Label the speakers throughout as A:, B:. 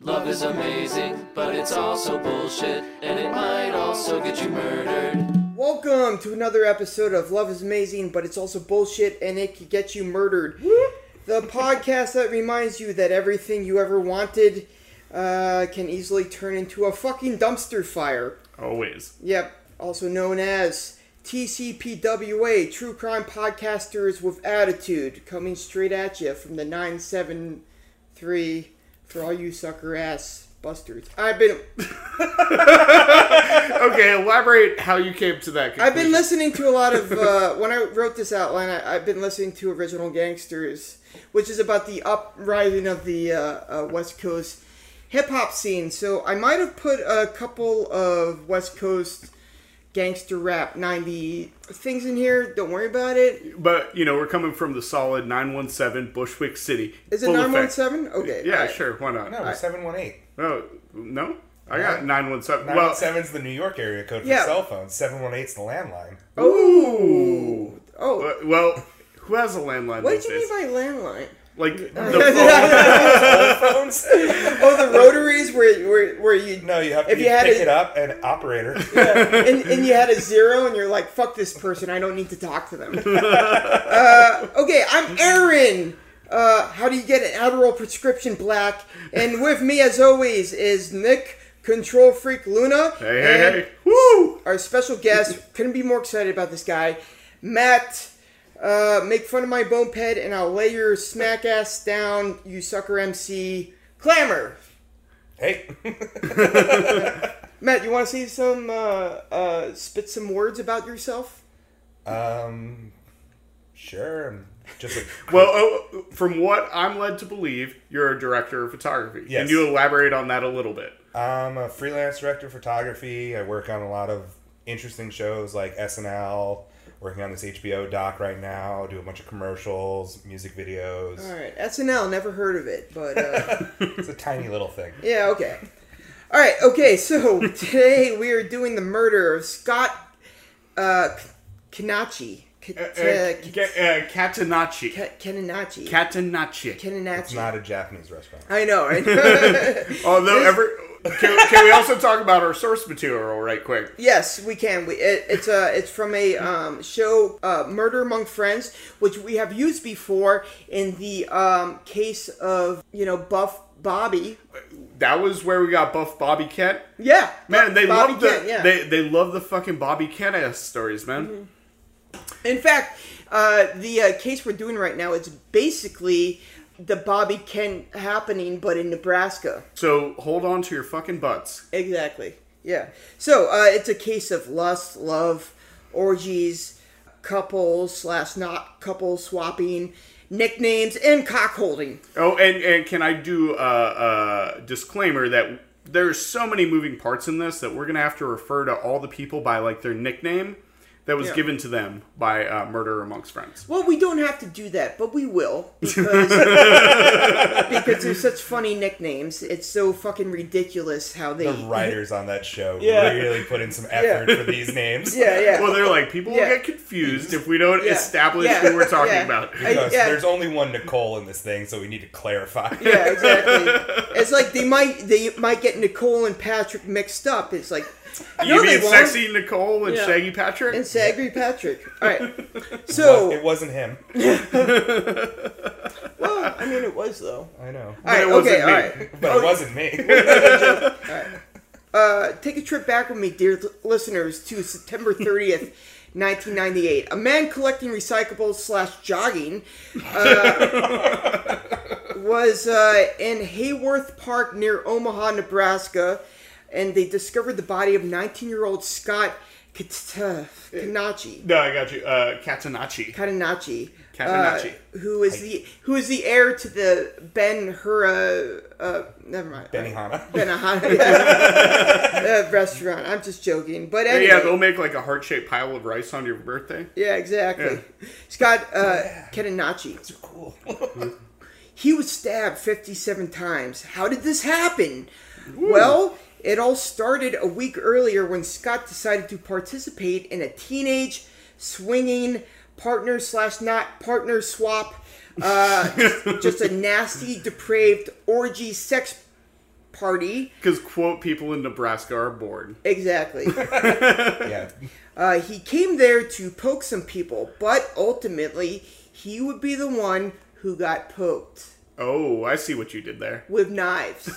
A: Love is amazing, but it's also bullshit, and it might also get you murdered.
B: Welcome to another episode of Love is Amazing, but it's also bullshit and it could get you murdered. the podcast that reminds you that everything you ever wanted uh, can easily turn into a fucking dumpster fire.
C: Always.
B: Yep, also known as TCPWA, True Crime Podcasters with Attitude, coming straight at you from the 973 for all you sucker ass busters. I've been
C: Okay, elaborate how you came to that conclusion.
B: I've been listening to a lot of uh, when I wrote this outline. I, I've been listening to Original Gangsters, which is about the uprising of the uh, uh, West Coast hip hop scene. So I might have put a couple of West Coast gangster rap '90 things in here. Don't worry about it.
C: But, you know, we're coming from the solid 917 Bushwick City.
B: Is it
C: Full
B: nine
C: effect.
B: one seven? Okay.
C: Yeah,
B: alright.
C: sure. Why not?
D: No, it was 718.
C: No, no? I got
D: Alright.
C: 917. Well,
D: 917's the New York area code for
B: Yeah.
D: cell phones. 718's the landline.
C: ooh.
B: Oh,
C: Well- Well, who has a landline
B: what
C: these
B: did you mean
C: days?
B: by landline?
C: like, the
D: Cell phones?
B: oh, the rotaries where where where you
D: no, you have to
B: If you had
D: pick
B: a-
D: it up and operator.
B: and, and you had a zero, and you're like, "Fuck this person! I don't need to talk to them." uh, okay, I'm Aaron. Uh, how do you get an Adderall prescription, Black? And with me, as always, is Nick Control Freak Luna.
C: Hey, hey,
B: and
C: hey. Woo!
B: Our special guest couldn't be more excited about this guy, Matt. Uh, make fun of my bone ped, and I'll lay your smack ass down, you sucker MC. Clamor.
D: hey.
B: Matt, you want to say some, uh, uh, spit some words about yourself?
D: Um, sure. I'm just a,
C: Well, oh, from what I'm led to believe, you're a director of photography.
D: Yes.
C: Can you elaborate on that a little bit?
D: I'm a freelance director of photography. I work on a lot of interesting shows like SNL, working on this HBO doc right now, do a bunch of commercials, music videos.
B: All right, SNL. Never heard of it, but uh,
D: It's a tiny little thing.
B: yeah, okay. All right, okay. So today we are doing the murder of Scott uh, Kanachi.
C: Uh,
B: Kananachi.
C: Catanacci. Catanacci.
D: It's
B: Kananachi.
D: not a Japanese restaurant.
B: I know, right?
C: Although, ever. Oh, Can, can we also talk about our source material right quick?
B: yes, we can. We it, it's uh it's from a um, show uh, Murder Among Friends, which we have used before in the um, case of you know Buff Bobby.
C: That was where we got Buff Bobby Kent.
B: Yeah,
C: Man, they
B: Bobby
C: love the
B: Kent, yeah. Mm-hmm.
C: they they love the fucking Bobby Kent ass stories, man.
B: In fact, uh, the uh, case we're doing right now is basically the Bobby Kent happening, but in Nebraska.
C: So hold on to your fucking butts.
B: Exactly. Yeah. So uh, it's a case of lust, love, orgies, couples slash not couple swapping, nicknames, and cock holding.
C: Oh, and and can I do a, a disclaimer that there's so many moving parts in this that we're gonna have to refer to all the people by like their nickname that was
B: Yeah.
C: given to them by uh, Murder Amongst Friends.
B: Well, we don't have to do that, but we will because because they're such funny nicknames. It's so fucking ridiculous how they.
D: The writers on that show
B: Yeah.
D: really put in some effort for these names.
B: Yeah, yeah.
C: Well, they're like people
B: Yeah.
C: will get confused if we don't
B: Yeah.
C: establish
B: Yeah.
C: who we're talking
B: Yeah.
C: about.
B: I-
D: Because
B: yeah.
D: there's only one Nicole in this thing, so we need to clarify.
B: Yeah, exactly. it's like they might they might get Nicole and Patrick mixed up. It's like
C: You
B: no, they
C: mean
B: won't.
C: sexy Nicole and
B: Yeah.
C: Shaggy Patrick?
B: and Sagri Patrick. All right. So
D: It wasn't him.
B: well, oh, I mean, it was though.
D: I know.
B: All right.
C: it wasn't
B: Okay. All
C: me.
B: right.
D: But it wasn't me.
B: Uh, take a trip back with me, dear l- listeners, to September thirtieth. 1998. A man collecting recyclables slash jogging uh, was uh, in Hayworth Park near Omaha, Nebraska, and they discovered the body of 19-year-old Scott Kat- uh, Kanachi.
C: No, I got you. Uh, Catanacci.
B: Katanachi. uh,
C: Katanachi.
B: who is the who is the heir to the Ben Hura uh never mind.
D: Benihana.
B: Benihana yeah. uh, restaurant. I'm just joking. But anyway.
C: Yeah, they'll make like a heart shaped pile of rice on your birthday.
B: Yeah, exactly. Scott uh Katanachi.
D: Cool.
B: He was stabbed 57 times. How did this happen? Well, it all started a week earlier when Scott decided to participate in a teenage swinging partner slash not partner swap. Uh, just a nasty, depraved orgy sex party.
C: Because, quote, people in Nebraska are bored.
B: Exactly.
D: yeah.
B: Uh, he came there to poke some people, but ultimately he would be the one who got poked
C: Oh, I see what you did there.
B: with knives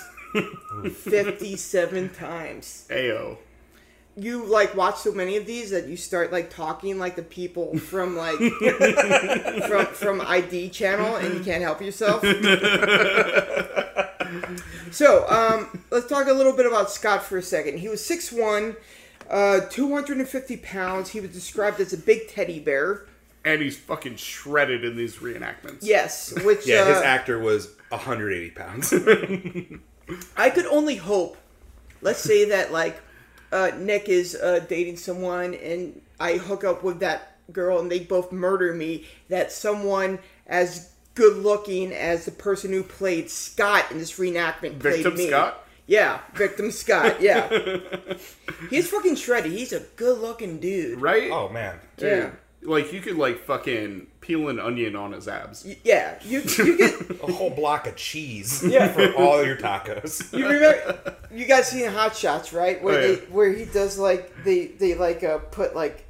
B: 57 times.
C: Ayo.
B: You like watch so many of these that you start like talking like the people from like from from ID channel and you can't help yourself. so, um, let's talk a little bit about Scott for a second. He was 6'1, uh, 250 pounds. He was described as a big teddy bear.
C: And he's fucking shredded in these reenactments.
B: Yes, which
D: Yeah, his
B: uh,
D: actor was 180 pounds.
B: I could only hope. Let's say that like uh, Nick is uh, dating someone, and I hook up with that girl, and they both murder me. That someone as good looking as the person who played Scott in this reenactment played
C: Victim
B: me.
C: Scott?
B: Yeah, victim Scott. Yeah, he's fucking shredded. He's a good looking dude.
C: Right?
D: oh, man.
B: Yeah.
C: Like, you could, like, fucking peel an onion on his abs.
B: Y- Yeah, you, you get
D: A whole block of cheese for all your tacos.
B: You remember? You guys seen Hot Shots, right? Where
C: Oh, yeah.
B: they, where he does like they they like uh, put like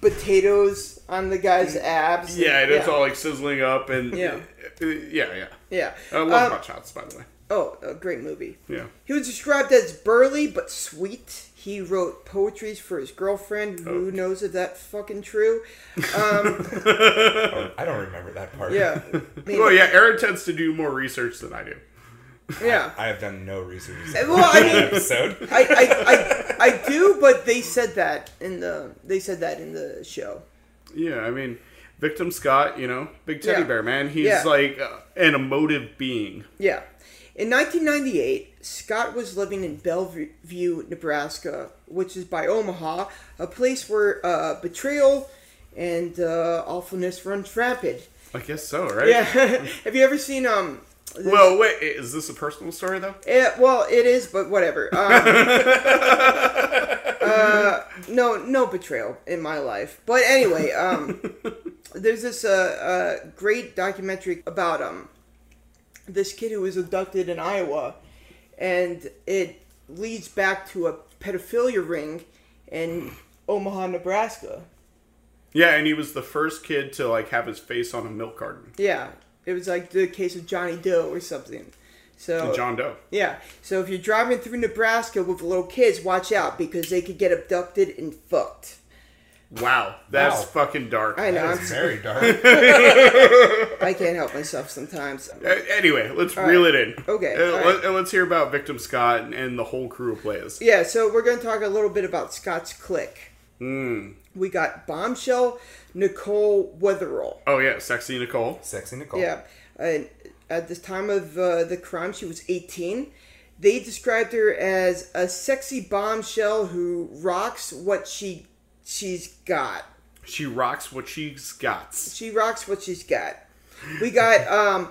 B: potatoes on the guy's abs. and-
C: Mm. Yeah, and it's
B: yeah.
C: all, like, sizzling up and.
B: Yeah.
C: Uh, Yeah, yeah.
B: Yeah.
C: I love
B: Um,
C: hot shots, by the way.
B: oh, a great movie.
C: Yeah.
B: He was described as burly but sweet. He wrote poetries for his girlfriend.
C: Oh.
B: Who knows if that's fucking true?
D: I don't remember that part.
B: Yeah. Maybe.
C: Well, yeah, Aaron tends to do more research than I do.
B: Yeah.
D: I have done no research on
B: Uh,
D: that
B: Well, I mean,
D: episode.
B: I, I, I, I do, but they said that in the they said that in the show.
C: Yeah, I mean, Victim Scott, you know, big teddy
B: Yeah.
C: bear, man. He's
B: Yeah.
C: like uh, an emotive being.
B: Yeah. In 1998, Scott was living in Bellevue, Nebraska, which is by Omaha, a place where uh, betrayal and uh, awfulness runs rampant.
C: I guess so, right?
B: Yeah. Have you ever seen um? this-
C: Well, wait, i- is this a personal story though?
B: eh, well, it is, but whatever. Um, uh, no, no betrayal in my life. But anyway, um, there's this uh, uh, great documentary about um, this kid who was abducted in Iowa, and it leads back to a pedophilia ring in Omaha, Nebraska.
C: Yeah, and he was the first kid to like have his face on a milk carton.
B: Yeah, it was like the case of Johnny Doe or something. So
C: John Doe.
B: Yeah. So if you're driving through Nebraska with little kids, watch out because they could get abducted and fucked.
C: Wow, that's
D: Wow.
C: fucking dark.
B: I know. I'm,
D: It's very dark.
B: I can't help myself sometimes.
C: A- Anyway, let's reel
B: right.
C: it in.
B: Okay,
C: Uh,
B: all
C: let, us hear about Victim Scott and, and the whole crew of players.
B: Yeah. So we're gonna talk a little bit about Scott's Click. We got Bombshell Nicole Wetherill.
C: Oh yeah, sexy Nicole.
D: Sexy Nicole.
B: Yeah. And at the time of uh, the crime, she was 18. They described her as a sexy bombshell who rocks what she she's got.
C: She rocks what she's got.
B: She rocks what she's got. We got um,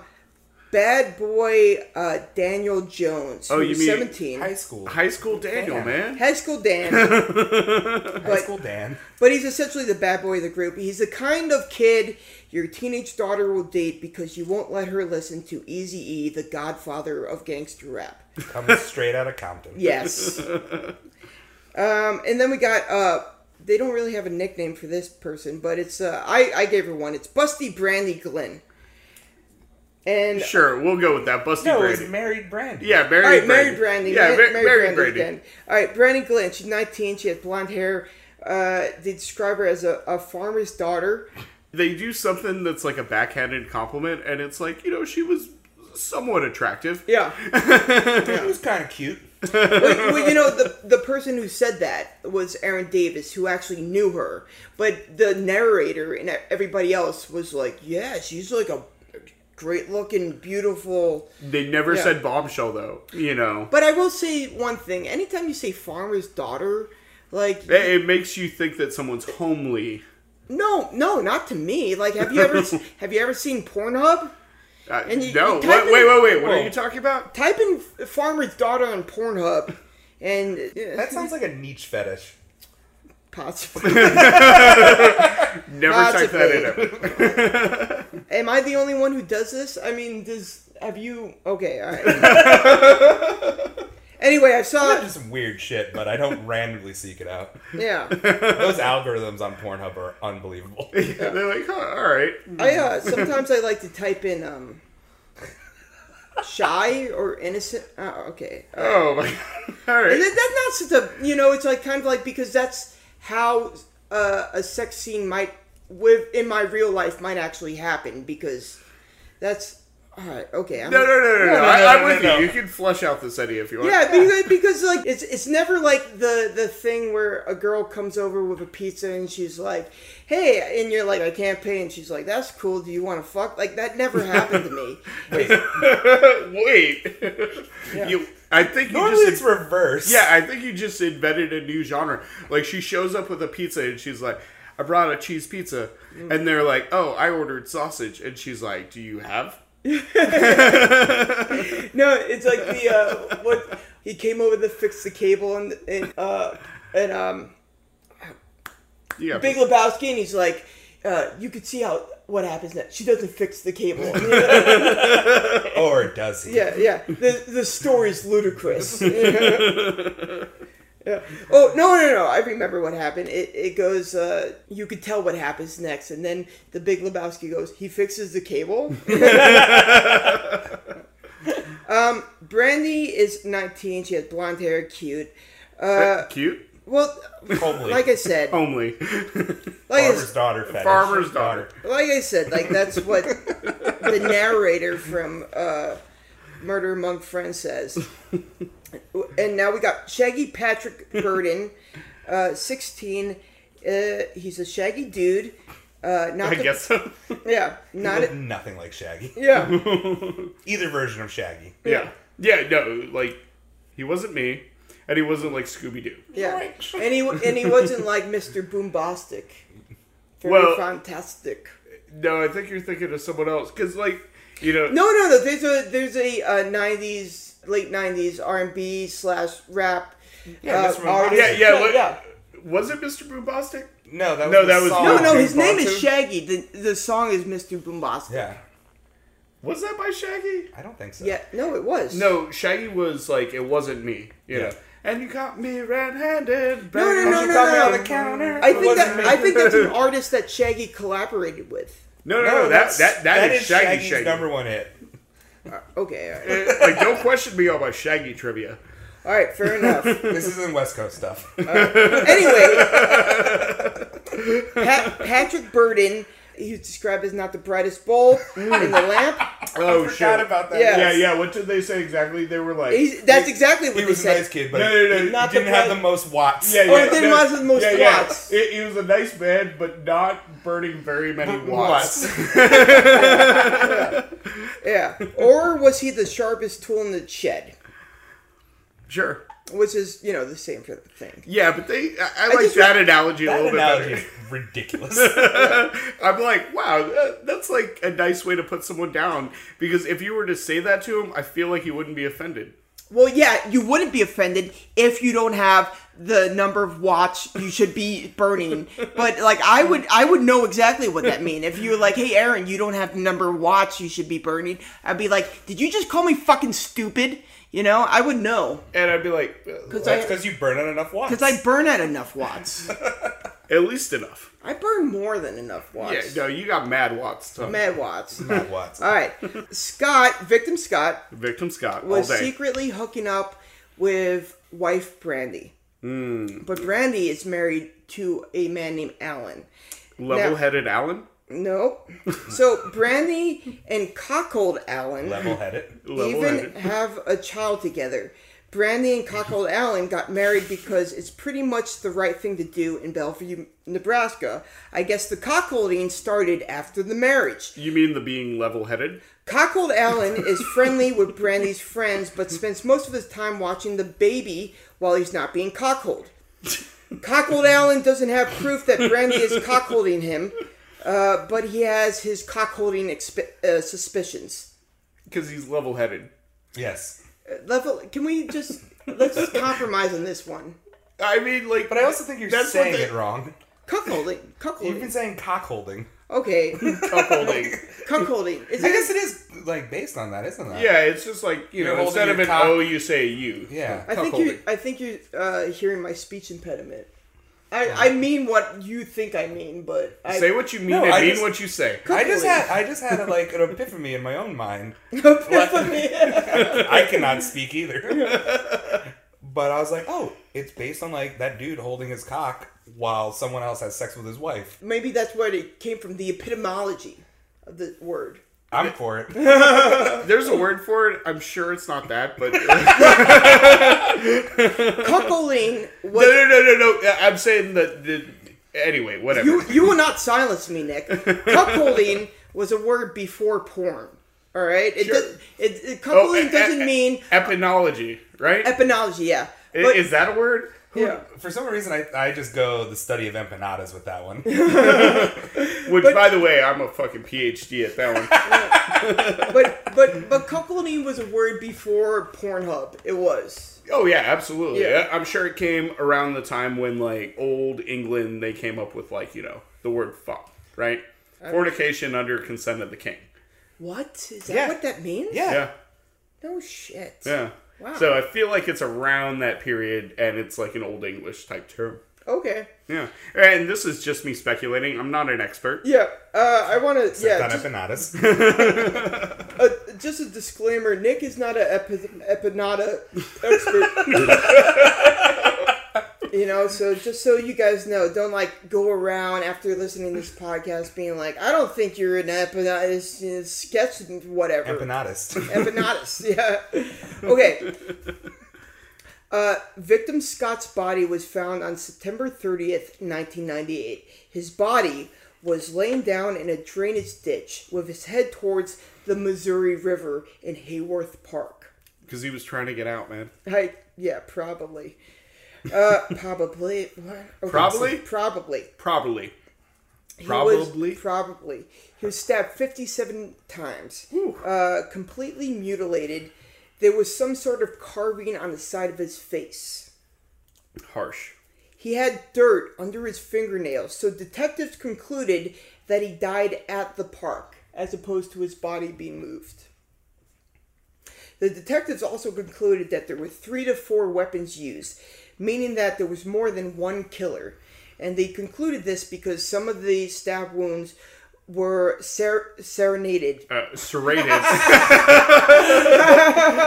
B: bad boy uh, Daniel Jones.
C: Oh,
B: who
C: you
B: was
C: mean
B: seventeen?
D: High school.
C: High school Daniel,
D: Yeah.
C: man.
B: High school Dan,
D: High school Dan.
B: but he's essentially the bad boy of the group. He's the kind of kid your teenage daughter will date because you won't let her listen to Easy E, the Godfather of gangster rap.
D: Coming straight out of Compton.
B: Yes. um, and then we got uh, they don't really have a nickname for this person, but it's uh, I I gave her one. It's Busty Brandy Glenn. And
C: Sure, we'll go with that. Busty
D: No, it
C: Brady.
D: was married Brandy.
C: yeah, Mary.
B: All right,
C: Brady.
B: Mary Brandy.
C: Yeah,
B: Ma-
C: Ma-
B: Mary,
C: Mary
B: Brandy.
C: Brady.
B: again. All right, Brandy Glenn. She's 19. She has blonde hair. Uh, they describe her as a, a farmer's daughter.
C: they do something that's like a backhanded compliment, and it's like you know she was somewhat attractive.
B: Yeah.
D: It was kind of cute.
B: well, well, you know, the, the person who said that was Aaron Davis, who actually knew her. But the narrator and everybody else was like, yeah, she's like a great looking, beautiful.
C: They never
B: Yeah.
C: said bombshell though. You know,
B: But I will say one thing anytime you say farmer's daughter, like
C: it, it makes you think that someone's homely.
B: no, no, not to me. Like, have you ever have you ever seen Pornhub?
C: Uh,
B: And you-
C: no,
B: you
C: what,
B: type
C: wait,
B: in-
C: wait, wait. What are
D: Whoa.
C: you talking about?
B: type in farmer's daughter on Pornhub, and
D: That sounds like a niche fetish.
B: possibly.
C: Never
B: Not
C: type
B: to
C: that in.
B: Am I the only one who does this? I mean, does have you? Okay, all right. I
D: I
B: saw.
D: do some weird shit, but I don't randomly seek it out.
B: Yeah,
D: Those algorithms on Pornhub are unbelievable.
C: They're like, huh, all right.
B: I uh, sometimes I like to type in um, shy or innocent. Oh, okay.
C: Oh my god. All
B: And
C: right.
B: that- that's not such a you know. It's like kind of like because that's how uh, a sex scene might with in my real life might actually happen because that's all right. Okay. I'm,
C: No, no, no, no, no.
D: no,
C: I,
D: no,
C: I'm
D: no,
C: with
D: no.
C: you. You can flush out this idea if you want.
B: Yeah, because, because like it's it's never like the the thing where a girl comes over with a pizza and she's like, "Hey," and you're like, "I can't pay," and she's like, "That's cool. Do you want to fuck?" Like that never happened to me.
C: Wait. You, I think you
D: Normally
C: just
D: it's reverse.
C: Yeah, I think you just invented a new genre. Like she shows up with a pizza and she's like, "I brought a cheese pizza,"
B: Mm.
C: and they're like, "Oh, I ordered sausage," and she's like, "Do you have?"
B: No, it's like the uh, what he came over to fix the cable and and uh, and um.
C: You got
B: Big Lebowski, and he's like, uh, you could see how what happens next. She doesn't fix the cable. yeah,
D: Or does he?
B: yeah. The the story's ludicrous. yeah. Oh no no no! I remember what happened. It it goes. Uh, you could tell what happens next, and then the Big Lebowski goes. He fixes the cable. um, Brandy is nineteen. She has blonde hair, cute. Uh,
C: cute,
B: well,
D: Homely.
B: like I said,
C: homely
B: like I
D: Farmer's daughter fetish.
C: farmer's daughter.
B: like I said, like that's what the narrator from uh, Murder Monk Friend says. And now we got Shaggy Patrick Burden, uh, sixteen. Uh, he's a shaggy dude. Uh, not
C: I
B: the-
C: guess so.
B: Yeah, not
D: Looked
B: a,
D: nothing like Shaggy.
B: yeah.
D: Either version of Shaggy.
C: yeah, yeah. No, like he wasn't me, and he wasn't like Scooby Doo.
B: Yeah, and he and he wasn't like Mr. Boombastic. Very
C: Well-
B: fantastic.
C: No, I think you're thinking of someone else because, like, you know,
B: No, no, no. There's a there's a uh, '90s, late '90s R&B slash rap.
D: Yeah,
B: uh,
D: Mr. Boombastic.
B: artist.
C: Yeah, yeah, what-
B: yeah.
C: was it Mr. Boobastic?
D: No, that was
C: No,
D: Oh, the
C: that was-
D: song.
B: No, no,
C: Boom
B: his name is
C: Bostic?
B: Shaggy. The the song is Mr. Boombastic.
D: Yeah,
C: Was that by Shaggy?
D: I don't think so.
B: Yeah, no, it was.
C: No, Shaggy was like, it wasn't me. You
D: Yeah.
C: know. And you caught me red-handed.
B: No, no,
C: baby.
B: no,
D: You
B: no,
D: caught me
B: no.
D: on the counter.
B: I
D: It
B: think
D: wasn't
B: that
D: me.
B: I think that's an artist that Shaggy collaborated with.
C: no, no, no, That,
D: that's-
C: that, that is, Shaggy
D: Shaggy's
C: Shaggy.
D: number one hit.
B: Okay, all right,
C: Eh, like, don't question me on my Shaggy trivia.
B: all right fair enough.
D: This isn't West Coast stuff.
B: Anyway, Pat, Patrick Burden, he was described as not the brightest bulb in
D: Mm.
B: the lamp.
C: Oh,
D: I
C: shit.
D: forgot about that.
B: Yeah.
C: yeah, yeah. What did they say exactly? They were like,
B: He's, that's exactly what
D: He
B: they
D: was a nice
B: said.
D: kid, but
C: No, no, no,
D: he
B: not
D: didn't
B: the Oh,
D: have
B: right-
D: the most watts.
C: yeah, yeah.
B: Or then
C: no,
B: mine was the most
C: yeah, yeah.
B: watts.
C: It, he was a nice man, but not burning very many watts.
B: Yeah. Or was he the sharpest tool in the shed?
C: Sure.
B: Which is, you know, the same for the thing.
C: Yeah, but they. I, I, like
B: just-
C: that analogy a
D: That
C: little
D: analogy
C: bit
D: is
C: better.
D: ridiculous.
C: I'm like, wow, that, that's like a nice way to put someone down. Because if you were to say that to him, I feel like he wouldn't be offended.
B: Well, yeah, you wouldn't be offended if you don't have the number of watts you should be burning. but like, I would, I would know exactly what that mean. If you were like, "Hey, Aaron, you don't have the number of watts you should be burning," I'd be like, "Did you just call me fucking stupid?" You know, I would know
C: And I'd be like,
B: because
D: That's
B: I
D: because you burn out enough watts.
B: because I burn at enough watts.
C: at least enough.
B: I burn more than enough
C: Yeah,
B: watts.
C: no, you got mad watts. Tom.
B: Mad watts.
D: Not watts.
B: All right, Scott, victim Scott,
C: Victim Scott all
B: was
C: day.
B: secretly hooking up with wife Brandy. But Brandy is married to a man named Alan.
C: Level-headed Alan.
B: Nope. so Brandy and Cockhold Alan
D: Level headed.
B: even
C: Level-headed.
B: have a child together. Brandy and Cockhold Allen got married because it's pretty much the right thing to do in Bellevue, Nebraska. I guess the cockholding started after the marriage.
C: You mean the being level-headed?
B: Cockhold Allen is friendly with Brandy's friends, but spends most of his time watching the baby while he's not being cockholed. Cockhold Allen doesn't have proof that Brandy is cockholding him, uh, but he has his cockholding exp- uh, suspicions.
C: Because he's level-headed.
D: Yes.
B: Level, can we just let's just compromise on this one?
C: I mean, like,
D: But I also think you're
C: That's what
D: saying
C: they-
D: it wrong.
B: Cuckolding.
D: You've been
B: Cuckolding.
D: saying cockholding.
B: Okay.
C: Cuckolding.
B: Cuckolding. Is
D: I
B: it?
D: guess it is like based on that, isn't it?
C: yeah, it's just like you
D: You're
C: know,
D: holding
C: instead
D: your
C: of an
D: cock-
C: O, you say a U.
D: Yeah.
B: I think
C: Cuckolding.
B: you. I think you're uh, hearing my speech impediment. I, I mean what you think I mean, but I,
C: Say what you mean
D: No,
C: and
D: I
C: mean
D: just-
C: what you say.
D: I just had I just had a, like an epiphany in my own mind. I cannot speak either. But I was like, oh, it's based on like that dude holding his cock while someone else has sex with his wife.
B: maybe that's where it came from. The epitomology of the word.
D: I'm for it.
C: There's a word for it. I'm sure it's not that, but uh, no,
B: Cuckolding was
C: no, no, no, no. I'm saying that. The, anyway, whatever.
B: You you will not silence me, Nick. Cuckolding was a word before porn. All right, it does, it, it
C: Oh,
B: cuckolding
C: e-
B: doesn't
C: e-
B: mean
C: epinology, right?
B: epinology. Yeah,
C: I-
B: but,
C: is that a word?
B: yeah.
D: For some reason, I, I just go the study of empanadas with that one.
C: Which, by the way, I'm a fucking PhD at that one.
B: but but but cuckolding was a word before Pornhub. It was.
C: oh yeah, absolutely.
B: Yeah.
C: I- I'm sure it came around the time when like old England they came up with like you know the word fuck, right? Fornication under consent of the king.
B: What is that?
D: Yeah.
B: What that means?
D: Yeah.
C: Yeah,
B: No shit.
C: yeah.
B: Wow.
C: So I feel like it's around that period, and it's like an old English type term.
B: Okay.
C: Yeah, and this is just me speculating. I'm not an expert.
B: Yeah. Uh, I want to. Yeah.
D: Done
B: Just,
D: empanadas.
B: uh, just a disclaimer. Nick is not an epi- epinata expert. you know, so just so you guys know, don't like go around after listening to this podcast being like, I don't think you're an epinata sketch whatever.
D: Empanadas.
B: Empanadas, yeah. Okay. Uh, victim Scott's body was found on September 30th, 1998. His body was laying down in a drainage ditch with his head towards the Missouri River in Hayworth Park.
C: Because he was trying to get out, man.
B: I, yeah, probably. Uh, probably. What? Okay,
C: Probably?
B: so probably.
C: Probably.
B: He
C: Probably.
B: was, probably he was stabbed 57 times uh, completely mutilated there was some sort of carving on the side of his face
C: Harsh.
B: he had dirt under his fingernails so detectives concluded that he died at the park as opposed to his body being moved the detectives also concluded that there were three to four weapons used, meaning that there was more than one killer. And they concluded this because some of the stab wounds were ser- serenaded.
C: Uh, serrated.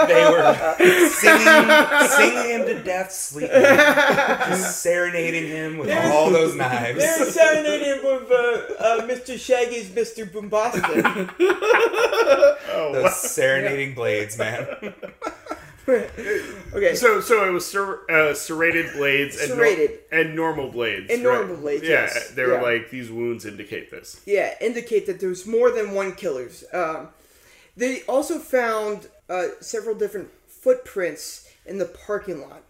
D: they were singing, singing him to death, sleeping, just serenading him with all those knives.
B: They're serenaded with uh, uh, Mr. Shaggy's Mr. Boombastic. Oh,
D: Those serenading blades, man.
B: Okay,
C: so, so it was ser- uh, serrated blades and, nor-
B: Serrated.
C: and normal blades.
B: And normal blades,
C: Yeah,
B: yes.
C: they were
B: Yeah.
C: like these wounds indicate this.
B: yeah, indicate that there was more than one killers. Um, they also found uh, several different footprints in the parking lot.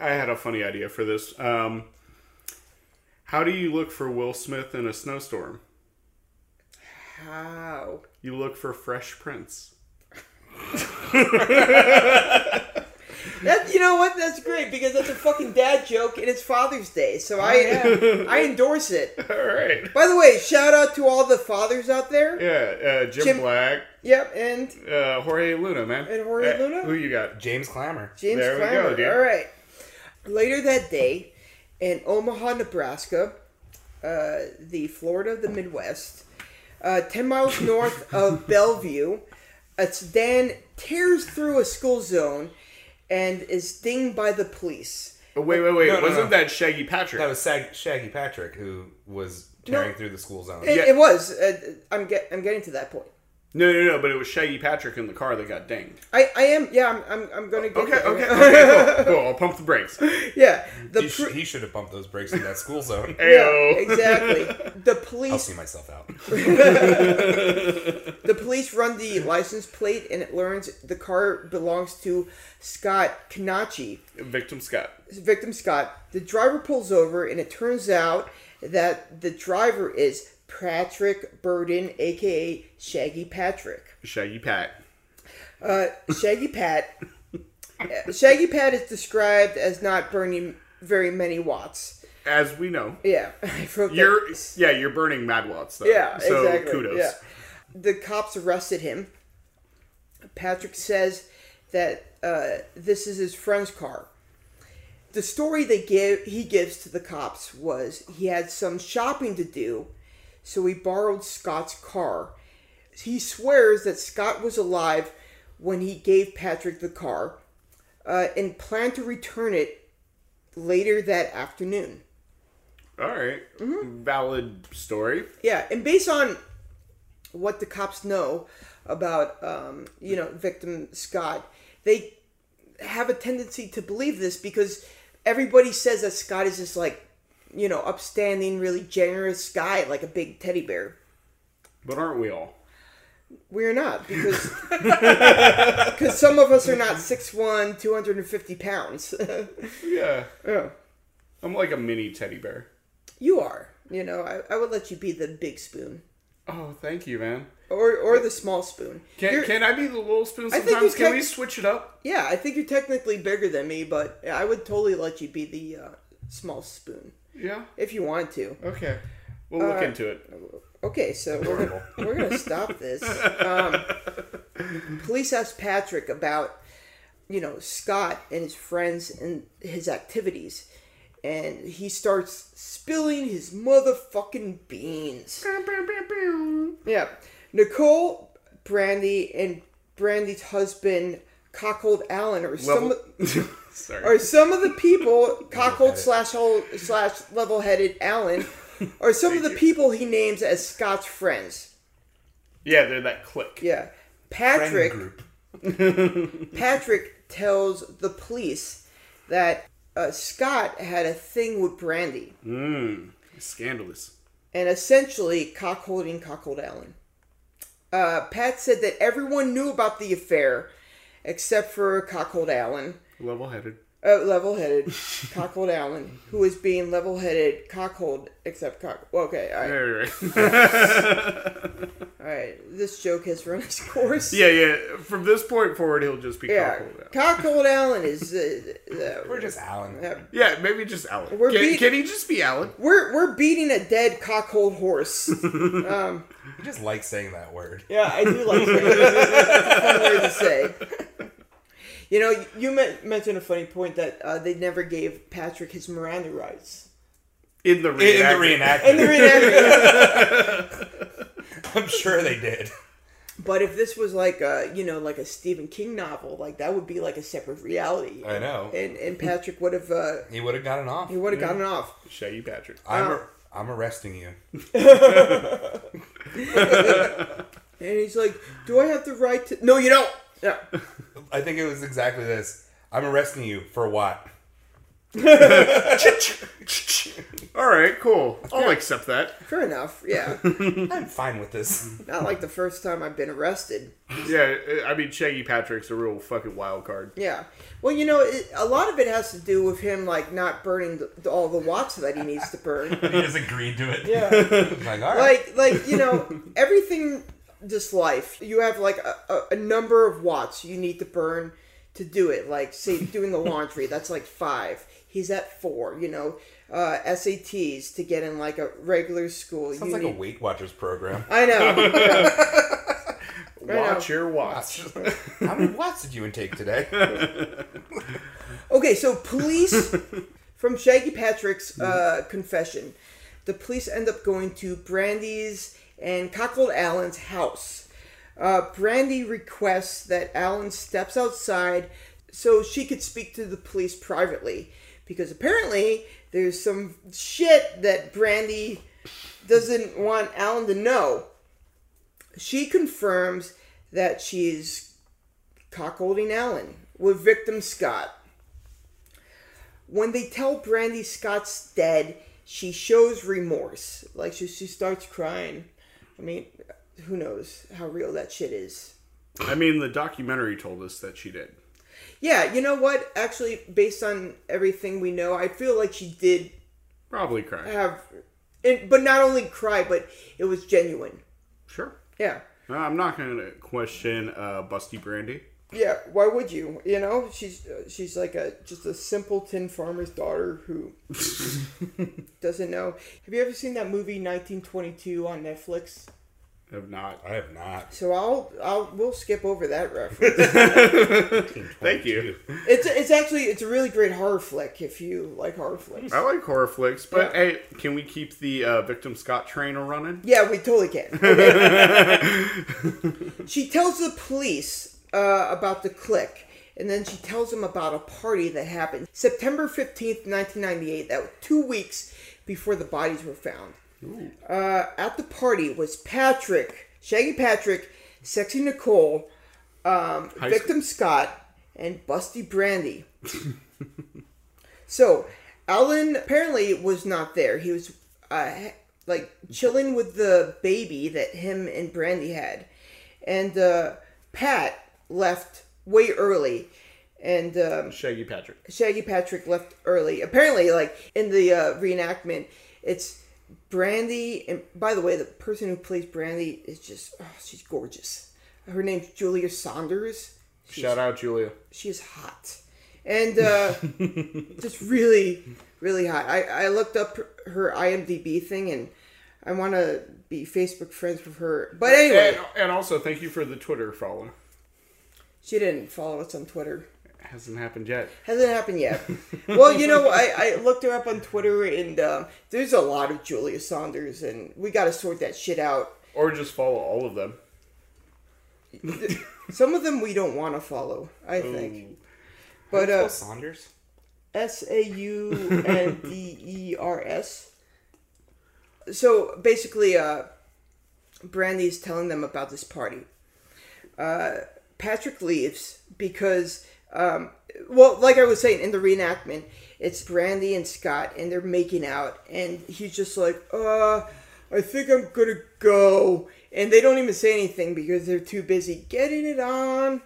C: I had a funny idea for this. Um, how do you look for Will Smith in a snowstorm?
B: How?
C: You look for fresh prints.
B: That you know what? That's great because that's a fucking dad joke, and it's Father's Day, so I I endorse it.
C: All right.
B: By the way, shout out to all the fathers out there.
C: Yeah, uh, Jim,
B: Jim-
C: Black,
B: Yep, and
C: uh, Jorge Luna, man.
B: And Jorge
C: Uh,
B: Luna?
C: Who you got?
D: James Clammer.
B: James
C: There we go,
B: Clymer.
C: dude.
B: All right. Later that day, in Omaha, Nebraska, uh, the Florida of the Midwest, uh, ten miles north of Bellevue, a sedan tears through a school zone and is dinged by the police.
C: Oh, wait, wait, wait.
D: No, no,
C: Wasn't
D: no.
C: that Shaggy Patrick?
D: That was Sag- Shaggy Patrick who was tearing
B: No.
D: through the school zone.
B: It,
C: Yeah.
B: it was. Uh, I'm get, I'm getting to that point.
C: No, no, no. But it was Shaggy Patrick in the car that got dinged.
B: I, I am. Yeah, I'm. I'm, I'm gonna get.
C: Okay,
B: there.
C: okay, okay. Cool, cool. I'll pump the brakes.
B: Yeah. The
D: He, sh-
B: pro-
D: he should have bumped those brakes in that school zone.
B: yeah,
C: Ayo.
B: exactly. The
D: I'll
B: police.
D: see myself out.
B: The police run the license plate, and it learns the car belongs to Scott Kanachi,
C: Victim Scott.
B: victim Scott. The driver pulls over, and it turns out that the driver is Patrick Burden, aka Shaggy Patrick. Uh,
C: Shaggy Pat.
B: Shaggy Pat. Shaggy Pat is described as not burning very many watts.
C: as we know.
B: Yeah, I wrote that-
C: You're yeah, you're burning mad watts though.
B: Yeah,
C: so
B: exactly.
C: kudos.
B: Yeah. The cops arrested him. Patrick says that uh, this is his friend's car. The story they give he gives to the cops was he had some shopping to do, so he borrowed Scott's car. He swears that Scott was alive when he gave Patrick the car, uh, and planned to return it later that afternoon.
C: All right.
B: Mm-hmm.
C: valid story.
B: Yeah, and based on what the cops know about, um, you know, victim Scott, they have a tendency to believe this because everybody says that Scott is this like, you know, upstanding, really generous guy, like a big teddy bear.
C: But aren't we all?
B: We're not because because some of us are not 6'1", 250 pounds.
C: Yeah.
B: Yeah.
C: I'm like a mini teddy bear.
B: you are, you know. I, I would let you be the big spoon
C: Oh, thank you, man.
B: or or the small spoon.
C: Can,
B: You're-
C: can I be the little spoon
B: think
C: sometimes?
B: you
C: Can
B: can-
C: we switch it up?
B: Yeah, I think you're technically bigger than me, but I would totally let you be the uh, small spoon
C: Yeah.
B: if you wanted to.
C: Okay. We'll look
B: right.
C: into it.
B: Okay, so we're gonna, we're gonna stop this. Um, police asked Patrick about you know Scott and his friends and his activities, and he starts spilling his motherfucking beans. Yeah. Nicole, Brandy, and Brandy's husband, Cockhold Allen, or some.
C: Level- Sorry.
B: Are some of the people cockhold slash whole slash level headed Alan are some of the people he names as Scott's friends.
C: Yeah, they're that click.
B: Yeah.
D: Friend
B: Patrick
D: group.
B: Patrick tells the police that uh, Scott had a thing with Brandy
C: Scandalous.
B: and essentially cockholding cockhold Allen. Uh, Pat said that everyone knew about the affair except for cockhold Allen.
C: Level headed.
B: Uh, level-headed, cockhold Allen, who is being level-headed, cockhold, except cock. Okay, all right, all right. This joke has run its course.
C: yeah, yeah. From this point forward, he'll just be
B: yeah.
C: cockhold out.
B: Cockhold Allen is. Uh, uh,
D: We're just Alan.
B: Yeah.
C: Yeah, maybe just Alan.
B: We're
C: Can,
B: beat-
C: can he just be Alan?
B: we're we're beating a dead cockhold horse.
D: We just like saying that word.
B: yeah, I do like that. It's a fun word to say. You know, you men- mentioned a funny point that uh, they never gave Patrick his Miranda rights.
C: In the
D: In, in the
C: reenactment.
B: And the
D: reenactment,
B: reenactment.
D: I'm sure they did.
B: But if this was like a you know like a Stephen King novel, like that would be like a separate reality.
D: I know.
B: And and Patrick would have uh,
D: He would have gotten off.
B: he would have gotten off.
C: Shaggy Patrick.
D: I'm, ar- I'm arresting you.
B: And he's like, "Do I have the right to?" No, you don't. No.
D: I think it was exactly this. I'm arresting you for what?
C: All right, cool. I'll accept that.
B: Fair enough. Yeah.
D: I'm fine with this.
B: Not like the first time I've been arrested.
C: Yeah, I mean Shaggy Patrick's a real fucking wild card.
B: Yeah. Well, you know, it, a lot of it has to do with him like not burning the, all the watts that he needs to burn.
D: he just agreed to it.
B: Yeah.
D: I'm like, all right.
B: like like you know everything this life you have like a, a, a number of watts you need to burn to do it like say doing the laundry that's like five he's at four you know uh, sats to get in like a regular school
D: Sounds
B: you
D: like a
B: need-
D: Weight Watchers program.
B: I know
C: Watch your watch.
D: How many watts did you intake today?
B: okay so police from shaggy patrick's uh, confession the police end up going to brandy's and cockle allen's house Uh, Brandy requests that Alan steps outside so she could speak to the police privately because apparently there's some shit that Brandy doesn't want Alan to know. She confirms that she's cockholding Alan with victim Scott. When they tell Brandy Scott's dead, she shows remorse. Like she, she starts crying. I mean, who knows how real that shit is.
C: I mean, the documentary told us that she did.
B: Yeah, you know what? Actually, based on everything we know, I feel like she did
C: Probably cry.
B: have, and, but not only cry, but it was genuine.
C: Sure.
B: Yeah.
C: No, I'm not going to question uh, Busty Brandy.
B: yeah, why would you? You know, she's uh, she's like a just a simpleton farmer's daughter who doesn't know. Have you ever seen that movie 1922 on Netflix?
C: If not,
D: I have not.
B: So I'll I'll we'll skip over that reference.
C: thank you.
B: it's it's actually it's a really great horror flick if you like horror flicks.
C: I like horror flicks, but
B: Yeah.
C: hey, can we keep the uh, victim Scott train a running?
B: Yeah, we totally can. Okay. she tells the police uh, about the click, and then she tells them about a party that happened September 15th, 1998. That was two weeks before the bodies were found. Uh, at the party was Patrick, Shaggy Patrick, Sexy Nicole, um,
C: High
B: Victim Scott, and Busty Brandy. So, Alan apparently was not there. He was uh, ha- like chilling with the baby that him and Brandy had, and uh, Pat left way early, and um,
C: Shaggy Patrick.
B: Shaggy Patrick left early. Apparently, like in the uh, reenactment, it's Brandy. And by the way, the person who plays Brandy is just oh, she's gorgeous. Her name's Julia Saunders. She's
C: Shout out Julia.
B: she is hot and uh, just really really hot I, I looked up her imdb thing and i want to be facebook friends with her but anyway
C: And, and also thank you for the Twitter follow.
B: she didn't follow us on twitter
C: Hasn't happened yet.
B: hasn't happened yet well you know I, I looked her up on twitter and um, there's a lot of julia saunders and we got to sort that shit out
C: Or just follow all of them.
B: some of them we don't want to follow i think but uh,
D: Saunders.
B: S-A-U-N-D-E-R-S. E So basically, uh, Brandy's telling them about this party. Uh, Patrick leaves because, um, well, like I was saying in the reenactment, it's Brandy and Scott, and they're making out, and he's just like, uh, I think I'm gonna go. And they don't even say anything because they're too busy getting it on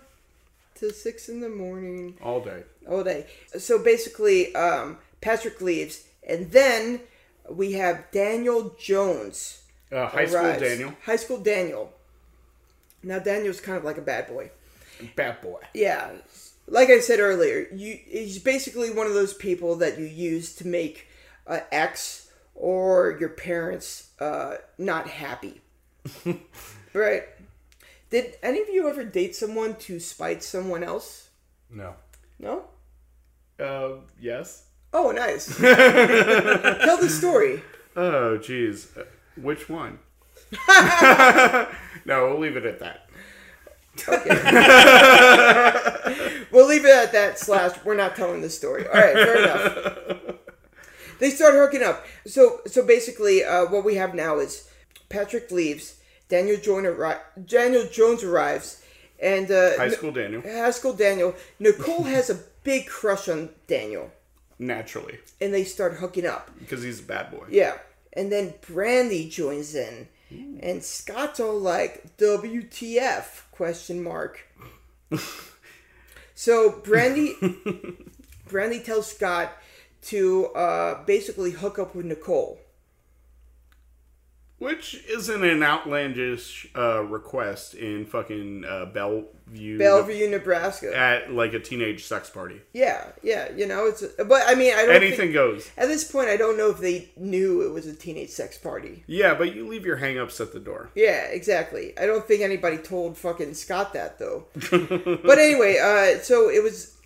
B: till six in the morning
C: All day.
B: all day. So basically, um, Patrick leaves, and then we have Daniel Jones.
C: Uh, high school
B: arrives.
C: Daniel.
B: High school Daniel. Now Daniel's kind of like a bad boy.
C: Bad boy.
B: Yeah, like I said earlier, you he's basically one of those people that you use to make uh, ex or your parents uh, not happy. right? Did any of you ever date someone to spite someone else?
D: No.
B: No.
C: Uh,
B: Um,
C: yes.
B: Oh, nice. Tell the story.
C: Oh, jeez. Uh, Which one? no, we'll leave it at that.
B: We'll leave it at that. Slash, we're not telling the story. All right, fair enough. They start hooking up. So, so basically, uh, what we have now is Patrick leaves. Daniel Joyner, arri- Daniel Jones arrives, and uh,
C: High school Daniel.
B: Haskell Daniel. Nicole has a big crush on Daniel,
C: Naturally.
B: and they start hooking up.
C: Because he's a bad boy.
B: Yeah. And then Brandy joins in. And Scott's all like, WTF question mark. so Brandy Brandy tells Scott to uh, basically hook up with Nicole.
C: Which isn't an outlandish uh, request in fucking uh, Bellevue.
B: Bellevue, Nebraska.
C: At like a teenage sex party.
B: Yeah, yeah, you know, it's but I mean I don't
C: Anything
B: think,
C: goes.
B: at this point I don't know if they knew it was a teenage sex party.
C: Yeah, but you leave your hangups at the door.
B: Yeah, exactly. I don't think anybody told fucking Scott that though. but anyway, uh, so it was.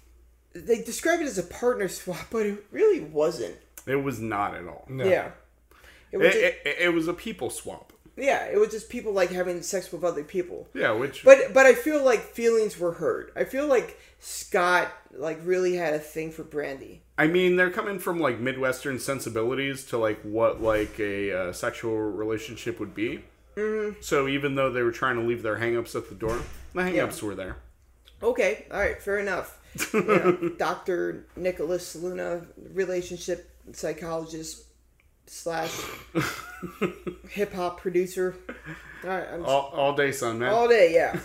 B: They describe it as a partner swap, but it really wasn't.
C: It was not at all.
D: No.
B: Yeah. It was
C: It,
B: just,
C: it, it was a people swap.
B: yeah, it was just people like having sex with other people.
C: Yeah, which
B: But but I feel like feelings were hurt. I feel like Scott like really had a thing for Brandy.
C: I mean, they're coming from like Midwestern sensibilities to like what like a uh, sexual relationship would be. Mm-hmm. So even though they were trying to leave their hangups at the door, the hangups were there.
B: Okay, all right, fair enough. You know, Dr. Nicholas Luna, relationship psychologist slash hip hop producer. All right, I'm
C: All, all day, son, man.
B: all day, yeah.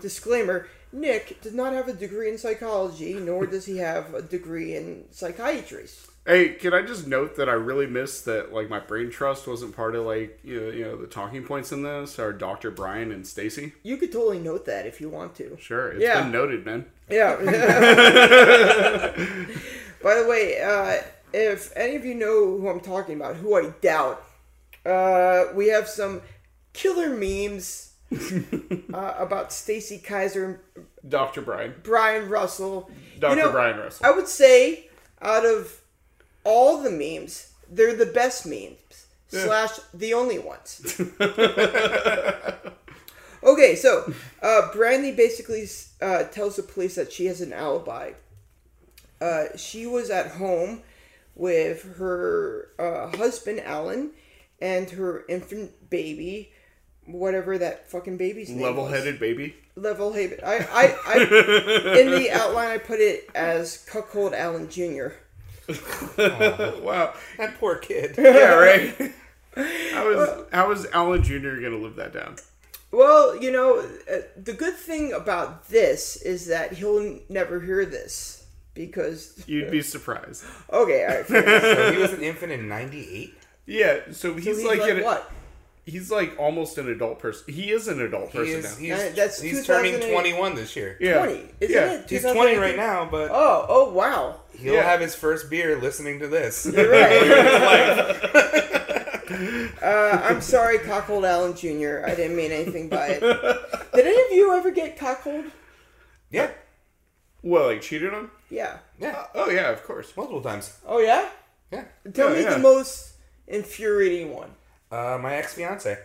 B: Disclaimer Nick does not have a degree in psychology, nor does he have a degree in psychiatry.
C: Hey, can I just note that I really miss that like my brain trust wasn't part of like you know, you know the talking points in this or Dr. Brian and Stacy.
B: You could totally note that if you want to.
C: Sure, it's
B: Yeah.
C: been noted, man.
B: Yeah. By the way, uh, if any of you know who I'm talking about, who I doubt, uh, we have some killer memes uh, about Stacy Kaiser and
C: Dr. Brian.
B: Brian Russell. You
C: Dr.
B: know,
C: Brian Russell.
B: I would say out of all the memes, they're the best memes slash the only ones. okay, so uh, Brandy basically uh, tells the police that she has an alibi. Uh, she was at home with her uh, husband Alan and her infant baby, whatever that fucking baby's name. was
C: Level headed baby.
B: level haven. I, I, I in the outline I put it as cuckold Allen Jr.
C: Wow.
D: That poor kid.
C: Yeah, right. How is how is Alan Jr. gonna live that down?
B: Well, you know, uh, the good thing about this is that he'll never hear this because
C: You'd be surprised.
B: okay, all right, fair enough.
D: So he was an infant in '98.
C: Yeah, so he's,
B: He's
C: like,
B: like,
C: an,
B: what?
C: he's like almost an adult person. He is an adult
D: He
C: person
D: is,
C: now.
D: he's
B: Uh, that's
D: he's turning
B: 2008.
D: 21 this year.
C: yeah.
B: Twenty? Isn't
C: yeah.
B: it?
D: He's 20
B: 2008?
D: right now, but
B: Oh, oh wow.
D: he'll
C: Yeah.
D: have his first beer listening to this.
B: You're right. uh, I'm sorry, Cockhold Allen Jr. I didn't mean anything by it. Did any of you ever get cockhold?
D: yeah,
C: Well, like cheated on?
B: Yeah.
D: yeah,
C: Oh yeah, of course.
D: multiple times.
B: Oh yeah.
D: Yeah,
B: Tell
C: Yeah,
B: me
C: Oh, yeah.
B: the most infuriating one.
D: uh, my ex fiance.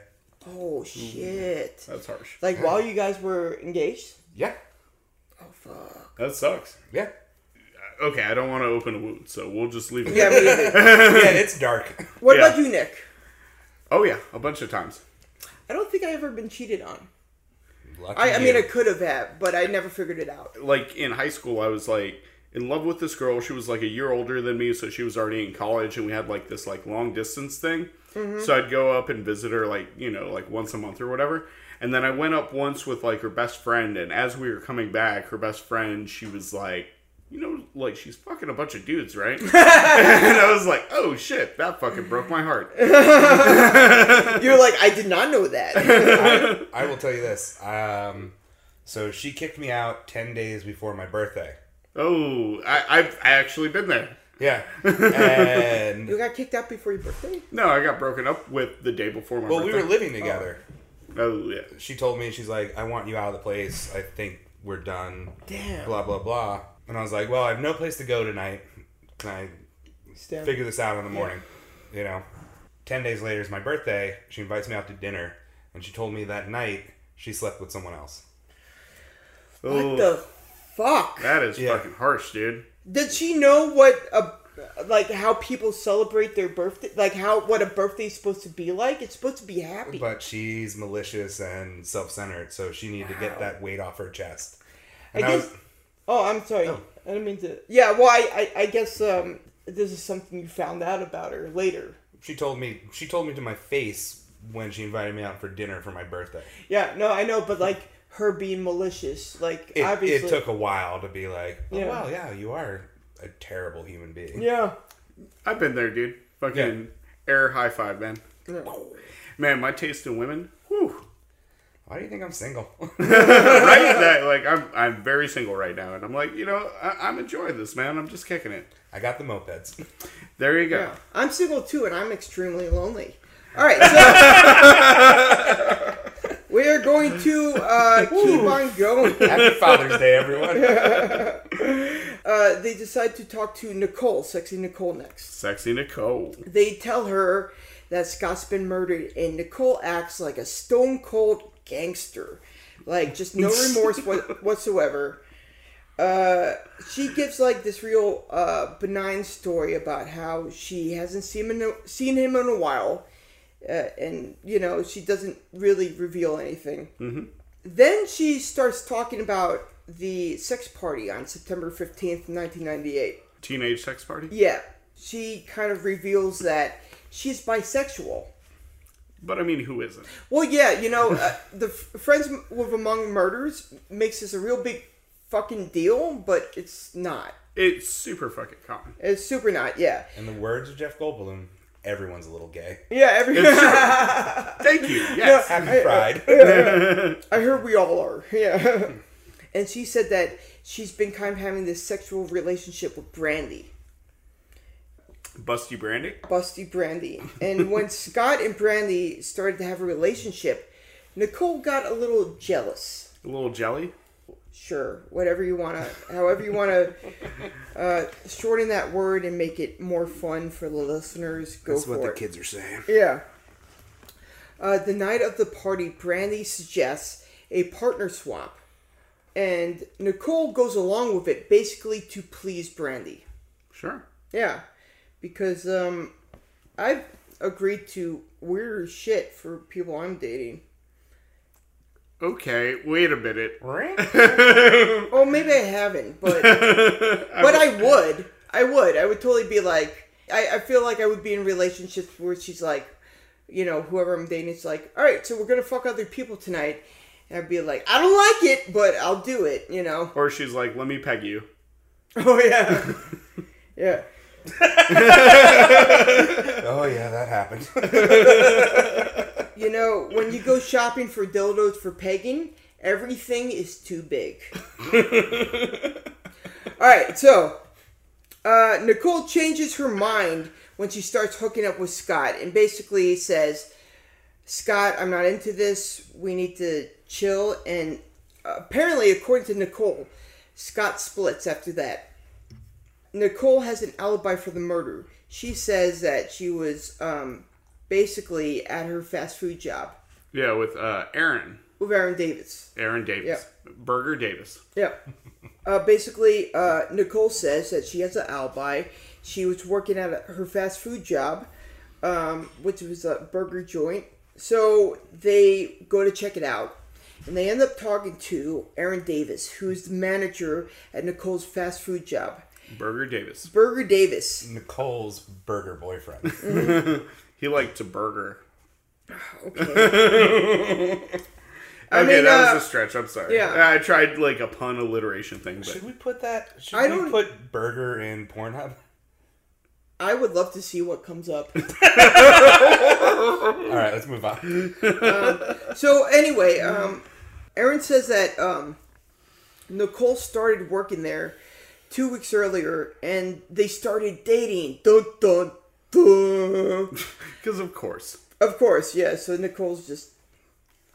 B: Oh shit!
C: That's harsh.
B: Like while you guys were engaged.
D: Yeah,
B: Oh fuck.
C: That sucks.
D: yeah,
C: Okay, I don't want to open a wound, so we'll just leave it.
B: Yeah. Me either.
D: yeah. It's dark.
B: What
C: Yeah.
B: about you, Nick?
C: Oh yeah, a bunch of times.
B: I don't think I ever been cheated on.
D: Lucky
B: I, I mean,
D: you.
B: I could have had, but I never figured it out.
C: Like in high school, I was like in love with this girl. She was like a year older than me, so she was already in college, and we had like this like long distance thing.
B: Mm-hmm.
C: So I'd go up and visit her like you know like once a month or whatever. And then I went up once with like her best friend, and as we were coming back, her best friend she was like, you know, like she's fucking a bunch of dudes, right? and I was like, oh shit, that fucking broke my heart.
B: You're like, I did not know that.
D: I will tell you this. Um, so she kicked me out 10 days before my birthday.
C: Oh, I, I've actually been there.
D: Yeah. And
B: you got kicked out before your birthday.
C: No, I got broken up with the day before my
D: well, we
C: birthday.
D: were living together.
C: oh yeah,
D: She told me she's like, "I want you out of the place. I think we're done."
B: Damn.
D: Blah blah blah. And I was like, "Well, I have no place to go tonight. Can I
B: Stan.
D: figure this out in the morning. You know, 10 days later is my birthday. She invites me out to dinner, and she told me that night she slept with someone else.
B: What
C: Oh,
B: the fuck?
C: that is
D: Yeah.
C: fucking harsh, dude.
B: Did she know what a like how people celebrate their birthday? Like how what a birthday is supposed to be like? It's supposed to be happy.
D: But she's malicious and self centered, so she needed to get that weight off her chest.
B: I
D: And I,
B: guess.
D: was,
B: Oh, I'm sorry. I didn't mean to. Yeah. Well, I, I, I guess um, this is something you found out about her later.
D: she told me she told me to my face when she invited me out for dinner for my birthday.
B: Yeah. No, I know, but like her being malicious, like
D: It,
B: obviously.
D: it took a while to be like, oh,
B: Yeah.
D: wow, yeah, you are a terrible human being.
B: Yeah.
C: I've been there, dude. Fucking air high five, man. Man, my taste in women. Whew.
D: Why do you think I'm single?
C: Right, that like I'm I'm very single right now, and I'm like, you know, I, I'm enjoying this, man. I'm just kicking it.
D: I got the mopeds.
C: There you go.
B: Yeah. I'm single too, and I'm extremely lonely. All right. So we are going to uh, keep on going.
D: Happy Father's Day, everyone.
B: Uh, they decide to talk to Nicole, sexy Nicole, next.
C: Sexy Nicole.
B: they tell her that Scott's been murdered, and Nicole acts like a stone cold gangster, like just no remorse what, whatsoever. Uh, she gives like this real uh, benign story about how she hasn't seen him in a, seen him in a while, uh, and you know she doesn't really reveal anything. Mm-hmm. Then she starts talking about the sex party on September fifteenth, nineteen ninety eight.
C: Teenage sex party.
B: Yeah. She kind of reveals that she's bisexual.
C: But I mean, who isn't?
B: Well, yeah, you know, uh, the F- Friends with Among Murders makes this a real big fucking deal, but it's not.
C: It's super fucking common.
B: It's super not, yeah.
D: In the words of Jeff Goldblum, everyone's a little gay.
B: Yeah, every
C: It's Thank you. Yes.
D: Happy Pride.
B: I heard we all are. Yeah. and she said that she's been kind of having this sexual relationship with Brandy,
C: Busty Brandy.
B: Busty Brandy. And when Scott and Brandy started to have a relationship, Nicole got a little jealous.
C: A little jelly.
B: Sure, whatever you want to, however you want to uh, shorten that word and make it more fun for the listeners, go
E: That's
B: for
E: what the
B: it.
E: kids are saying.
B: Yeah. Uh, the night of the party, Brandy suggests a partner swap, and Nicole goes along with it basically to please Brandy.
C: Sure.
B: Yeah, because um, I've agreed to weirder shit for people I'm dating.
C: Okay. Wait a minute.
B: Oh, maybe I haven't, but but I would, I would, I would totally be like, I, I feel like I would be in relationships where she's like, you know, whoever I'm dating is like, all right, so we're gonna fuck other people tonight, and I'd be like, I don't like it, but I'll do it, you know.
C: Or she's like, "Let me peg you."
B: Oh yeah, yeah.
D: Oh yeah, that happened.
B: You know, when you go shopping for dildos for pegging, everything is too big. All right, so uh, Nicole changes her mind when she starts hooking up with Scott and basically says, Scott, I'm not into this. We need to chill. And uh, apparently, according to Nicole, Scott splits after that. Nicole has an alibi for the murder. She says that she was um, basically at her fast food job
C: Yeah, with uh, Aaron.
B: with Aaron Davis.
C: Aaron Davis. Burger Davis.
B: Yeah. Uh, basically, uh, Nicole says that she has an alibi. She was working at a, her fast food job, um, which was a burger joint. So they go to check it out, and they end up talking to Aaron Davis, who's the manager at Nicole's fast food job.
C: Burger Davis.
B: Burger Davis.
D: Nicole's burger boyfriend.
C: He liked to burger.
B: Okay. I
C: okay,
B: mean,
C: that
B: uh,
C: was a stretch. I'm sorry.
B: yeah.
C: I tried like a pun alliteration thing, but
D: Should we put that? Should
B: I
D: we
B: don't-
D: put burger in Pornhub?
B: I would love to see what comes up.
D: All right, let's move on.
B: So anyway, um, Aaron says that um, Nicole started working there two weeks earlier, and they started dating. Dun dun dun.
C: because of course,
B: of course, yeah. So Nicole's just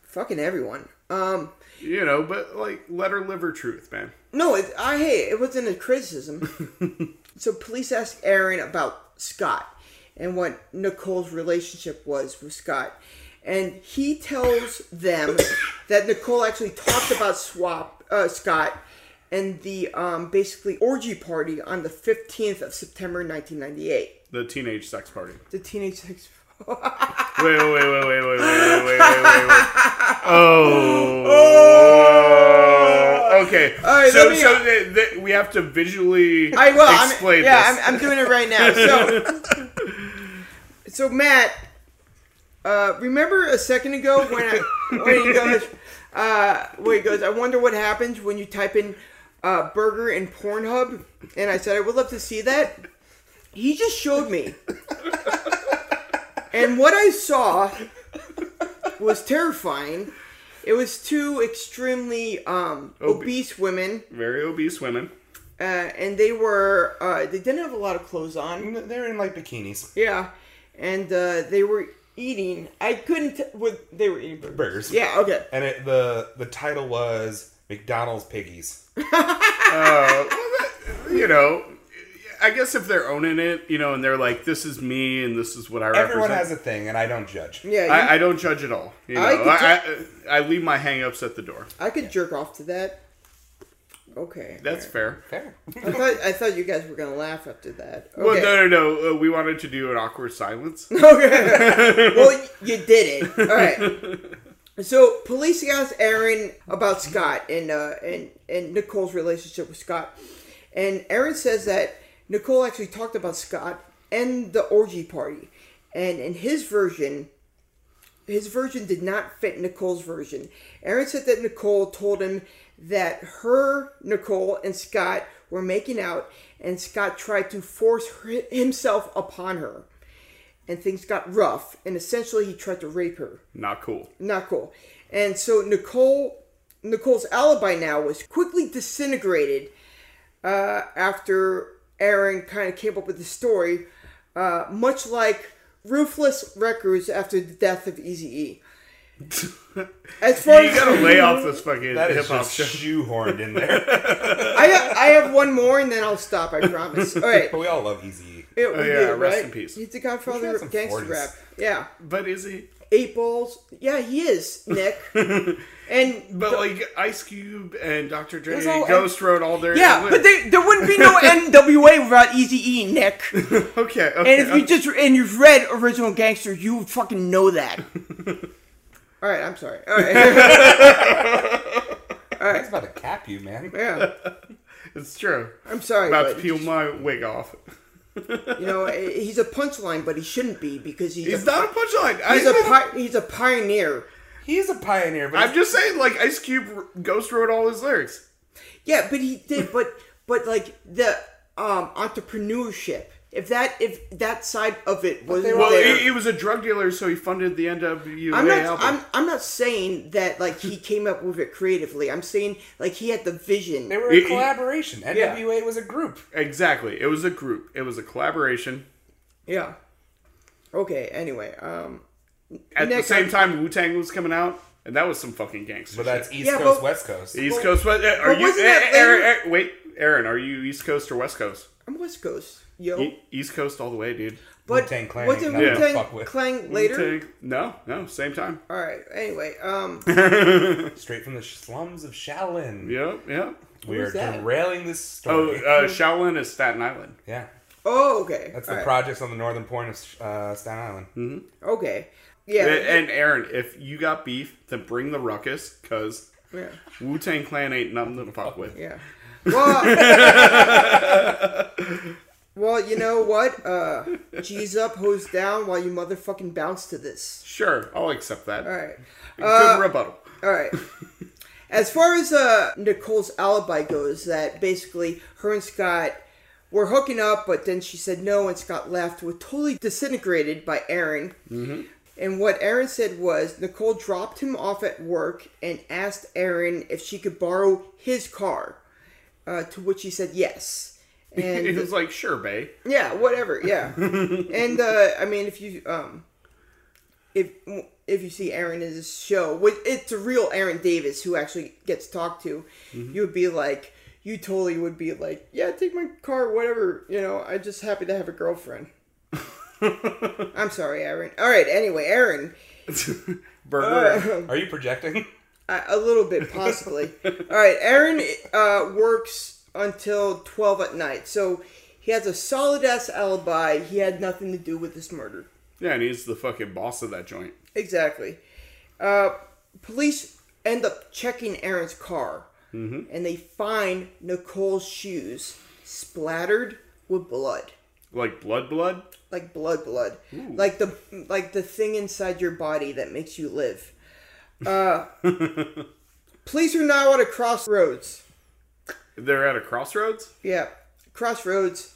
B: fucking everyone. Um,
C: you know. But like, let her live her truth, man.
B: no, it, I hey, it wasn't a criticism. so police asked Aaron about Scott and what Nicole's relationship was with Scott. And he tells them that Nicole actually talked about swap uh, Scott and the um, basically orgy party on the 15th of September 1998.
C: The teenage sex party.
B: The teenage sex.
C: Wait, wait, wait, wait, wait, wait, wait, wait, wait, wait, wait. Oh. Okay.
B: Oh. right,
C: so
B: let me- uh,
C: so th- th- we have to visually
B: I will. I'm-
C: explain this.
B: yeah, I'm, I'm doing it right now. So, so Matt, uh, remember a second ago when I, when he goes, uh, when he goes, I wonder what happens when you type in uh, burger and Pornhub, and I said I would love to see that. He just showed me, and what I saw was terrifying. It was two extremely um,
C: Obe-
B: obese women
C: Very obese women.
B: uh, and they were uh, they didn't have a lot of clothes on.
D: They're in like bikinis.
B: Yeah, and uh, they were eating. I couldn't. T- with they were eating burgers.
D: Burgers.
B: Yeah. Okay.
D: And it, the the title was McDonald's piggies.
C: You know, I guess if they're owning it, you know, and they're like, "This is me, and this is what I
D: Everyone
C: represent."
D: has a thing, and I don't judge.
B: Yeah. You,
C: I, I don't judge at all. You know,
B: I
C: I
B: could
C: I- I leave my hang-ups at the door.
B: I, could jerk off to that. Okay.
C: That's fair.
D: Fair.
B: I thought I thought you guys were gonna laugh after that. Okay.
C: Well, no, no, no. Uh, we wanted to do an awkward silence.
B: Okay. well, y- you did it. All right. So police asked Aaron about Scott and uh, and and Nicole's relationship with Scott, and Aaron says that Nicole actually talked about Scott and the orgy party, and in his version, his version did not fit Nicole's version. Aaron said that Nicole told him that her, Nicole, and Scott were making out, and Scott tried to force her, himself upon her. And things got rough, and essentially he tried to rape her.
C: Not cool.
B: Not cool. And so Nicole, Nicole's alibi now was quickly disintegrated uh, after Aaron kind of came up with the story, uh, much like Ruthless Records after the death of Easy E. As far
C: You
B: as
C: gotta lay off this fucking
D: That
C: hip
D: is
C: hop
D: just
C: shit.
D: shoehorned in there.
B: I have, I have one more and then I'll stop. I promise. All right.
D: but we all love Easy.
B: Yeah, we
C: Oh, yeah,
B: did,
C: rest
B: right?
C: in peace.
B: He's the
D: Wish we
B: godfather
D: had
B: of
D: some
B: gangster
D: 40s.
B: rap. Yeah,
C: But is he?
B: eight balls. Yeah, he is Nick. and
C: But like Ice Cube and Dr. Dre
B: It's
C: and
B: all-
C: Ghost Road all their
B: yeah, but they, there wouldn't be no NWA without Easy E, Nick. And
C: okay, okay.
B: if you just and you've read original gangster, you would fucking know that. All right, I'm sorry. All right,
D: That's about to cap you, man.
B: yeah,
C: it's true.
B: I'm sorry.
C: About to
B: but,
C: peel my wig off.
B: You know, eh, he's a punchline, but he shouldn't be because he's,
C: He's
B: a,
C: not a punchline.
B: he's a
C: I,
B: pi- he's a pioneer.
D: He's a pioneer, but
C: I'm just saying, like Ice Cube, Ghost Road all his lyrics.
B: Yeah, but he did. But but like the um entrepreneurship. If that if that side of it was
D: they were-
C: Well,
B: there,
C: he, he was a drug dealer, so he funded the NWA
B: I'm not.
C: album.
B: I'm, I'm not saying that like he came up with it creatively. I'm saying like he had the vision.
D: they were
C: It- it-
D: a collaboration. NWA was a group.
C: Exactly. It was a group. It was a collaboration.
B: yeah. Okay. Anyway. Um.
C: At
B: Nick,
C: the same
B: I'm-
C: time, Wu Tang was coming out, and that was some fucking gangster.
D: But that's
C: shit.
D: East
B: Yeah,
D: Coast,
B: but-
D: West Coast.
C: East Coast. West, are you?
B: wasn't that
C: Eh, eh,
B: later-
C: eh, wait, Aaron, are you East Coast or West Coast?
B: I'm West Coast. Yo.
C: E- East Coast all the way, dude.
B: but
D: Wu-Tang Clan
B: what's
D: ain't
B: in
D: nothing
B: Wu
D: to
B: Tang
D: fuck with.
B: Clan later?
C: Wu-Tang- No, no, same time.
B: All right. Anyway. Um.
D: Straight from the slums of Shaolin.
C: Yep, yep.
D: We
B: Who's
D: are
B: that?
D: derailing this
C: Oh,
D: story.
C: uh, Shaolin is Staten Island.
D: yeah.
B: Oh. Okay.
D: That's
B: all
D: the
B: right,
D: projects on the northern point of uh, Staten Island.
B: Okay. Yeah.
C: And- Eh, And Aaron, if you got beef, then bring the ruckus, cause
B: yeah.
C: Wu Tang Clan ain't nothing to fuck with.
B: Yeah. Well, well, you know what? Uh, G's up, hose down while you motherfucking bounce to this.
C: Sure, I'll accept that.
B: All right. Uh,
C: Good rebuttal.
B: All right. As far as uh, Nicole's alibi goes, that basically her and Scott were hooking up, but then she said no, and Scott left, was totally disintegrated by Aaron. And what Aaron said was Nicole dropped him off at work and asked Aaron if she could borrow his car, uh, to which he said yes. And
C: It was like, sure, bae.
B: yeah, whatever. Yeah, and uh, I mean, if you um, if if you see Aaron in this show, which it's a real Aaron Davis who actually gets talked to, you would be like, you totally would be like, yeah, take my car, whatever. You know, I'm just happy to have a girlfriend. I'm sorry, Aaron. All right. Anyway, Aaron,
C: Burger.
D: Are you projecting?
B: a, a little bit possibly. All right, Aaron uh, works until twelve at night, so. He has a solid ass alibi. He had nothing to do with this murder.
C: yeah, and he's the fucking boss of that joint.
B: Exactly. Uh, police end up checking Aaron's car, and they find Nicole's shoes splattered with blood,
C: Like blood, blood.
B: like blood, blood, like the like the thing inside your body that makes you live. Uh, police are now at a crossroads.
C: They're at a crossroads.
B: Yeah, crossroads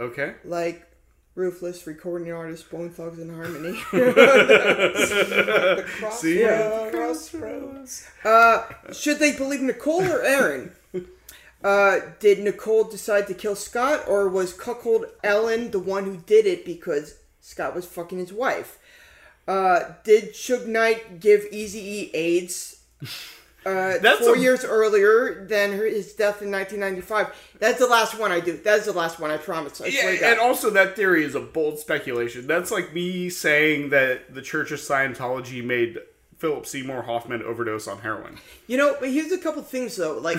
C: Okay.
B: like ruthless recording artist Bone Thugs and Harmony.
C: See,
D: Crossroads.
B: Should they believe Nicole or Aaron? uh, did Nicole decide to kill Scott, or was cuckold Ellen the one who did it because Scott was fucking his wife? Uh, did Suge Knight give Easy E AIDS uh,
C: That's
B: four
C: a-
B: years earlier than her, his death in 1995? That's the last one I do. That's the last one I promise. I
C: Yeah,
B: swear to God.
C: and also that theory is a bold speculation. That's like me saying that the Church of Scientology made Philip Seymour Hoffman overdose on heroin.
B: You know, but here's a couple things though. Like,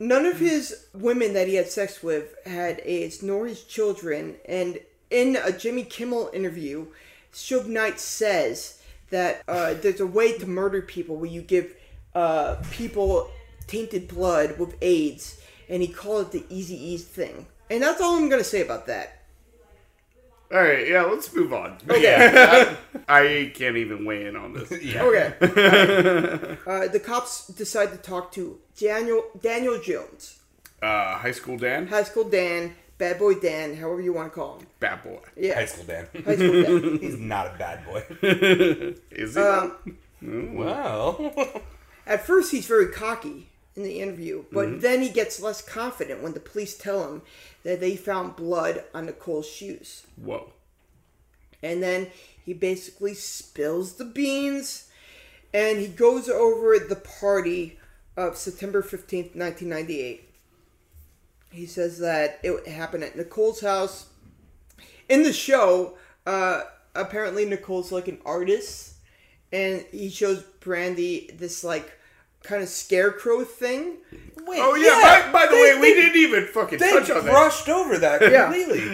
B: none of his women that he had sex with had AIDS, nor his children. And in a Jimmy Kimmel interview, Suge Knight says that uh, there's a way to murder people where you give uh, people tainted blood with AIDS, and he called it the Easy Ease thing. And that's all I'm gonna say about that.
C: All right, yeah, let's move on.
D: Yeah.
C: I can't even weigh in on this.
D: yeah.
B: Okay. uh, the cops decide to talk to Daniel Daniel Jones,
C: Uh, high school Dan,
B: high school Dan, bad boy Dan, however you want to call him.
C: bad boy.
B: Yeah,
D: High school Dan.
B: high school Dan.
D: He's not a bad boy.
C: Is he?
B: Um,
D: Well.
B: At first, he's very cocky in the interview, but
D: Mm-hmm.
B: then he gets less confident when the police tell him that they found blood on Nicole's shoes.
C: Whoa.
B: And then he basically spills the beans and he goes over the party of September 15th, 1998. He says that it happened at Nicole's house. In the show, uh, apparently Nicole's like an artist and he shows Brandy this like kind of scarecrow thing.
D: Wait,
C: Oh yeah. By, by the
D: they-
C: way, we
D: they-
C: didn't even fucking
D: They
C: touch on that.
D: brushed over that
B: Yeah.
D: completely.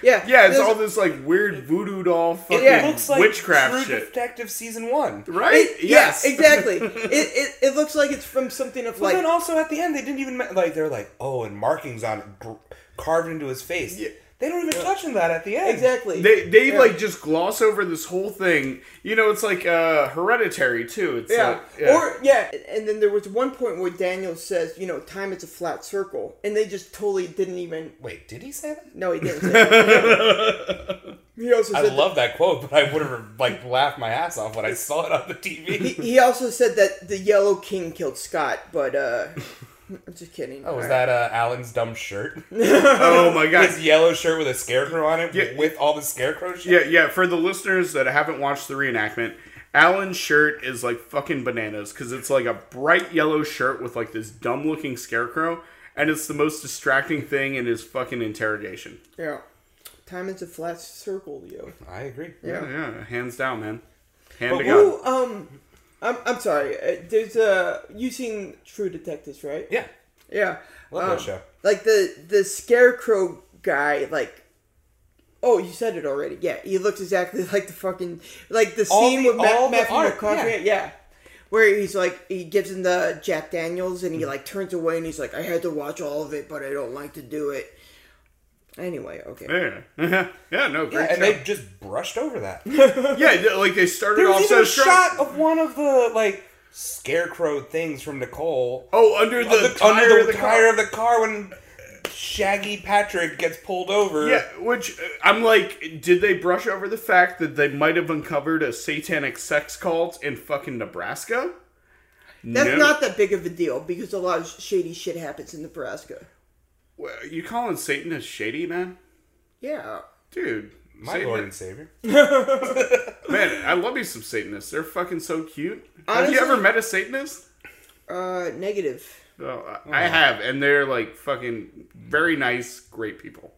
B: Yeah.
C: Yeah, it's
B: there's-
C: all this like weird voodoo doll fucking
B: Yeah.
D: It looks like
C: witchcraft
D: True
C: shit,
D: Detective season one.
C: right?
B: it- yeah, exactly. it, it it looks like it's from something of
D: But
B: like
D: then also at the end, they didn't even ma- like they're like, oh, and markings on it gr- carved into his face.
C: Yeah.
D: They don't even touch on that at the end.
B: exactly.
C: They they
B: Yeah.
C: like just gloss over this whole thing. You know, it's like uh hereditary too. It's
B: Yeah.
C: like, yeah.
B: Or yeah, and then there was one point where Daniel says, you know, time is a flat circle, and they just totally didn't even.
D: Wait, did he say that?
B: No, he didn't. Say that. he also
D: I
B: said
D: love that quote, but I would have like laughed my ass off when I saw it on the TV.
B: that, he also said that the Yellow King killed Scott, but uh, I'm just kidding.
D: Oh, was
B: Alright.
D: that uh, Alan's dumb shirt?
C: oh my god.
D: His yellow shirt with a scarecrow on it,
C: Yeah.
D: with all the scarecrow
C: Yeah,
D: shit.
C: yeah. For the listeners that haven't watched the reenactment, Alan's shirt is like fucking bananas because it's like a bright yellow shirt with like this dumb looking scarecrow, and it's the most distracting thing in his fucking interrogation.
B: Yeah. Time is a flat circle, yo.
D: I agree.
C: Yeah, yeah, hands down, man. Hand to God.
B: Ooh, um, I'm I'm sorry. uh, There's uh, you seen True Detectives, right?
D: Yeah,
B: Yeah.
D: love
B: Um,
D: that show.
B: like the the scarecrow guy like oh you said it already yeah he looks exactly like the fucking like the
D: All
B: scene
D: the-
B: with Ma-
D: all the
B: matthew
D: art,
B: mcconaughey yeah. where he's like he gives him the jack daniels and he
D: Mm-hmm.
B: like turns away and he's like i had to watch all of it but i don't like to do it anyway okay
C: Yeah, yeah, no, great.
D: And
C: show.
D: they just brushed over that.
C: yeah, th- like they started
D: There
C: off
D: was
C: so
D: even a
C: strong.
D: shot of one of the like scarecrow things from Nicole
C: Oh, under the,
D: under
C: tire
D: the
C: of the car.
D: tire of the car when Shaggy Patrick gets pulled over.
C: Yeah, which uh, I'm like, did they brush over the fact that they might have uncovered a satanic sex cult in fucking Nebraska?
B: that's
C: No.
B: not that big of a deal because a lot of shady shit happens in nebraska
C: Well, You calling Satan a shady man,
B: yeah
C: dude?
D: My
C: Satan-
D: Lord and Savior.
C: man, I love me some Satanists. They're fucking so cute. have
B: Honestly-
C: you ever met a Satanist?
B: uh negative
C: Oh, I- I have, and they're like fucking very nice, great people.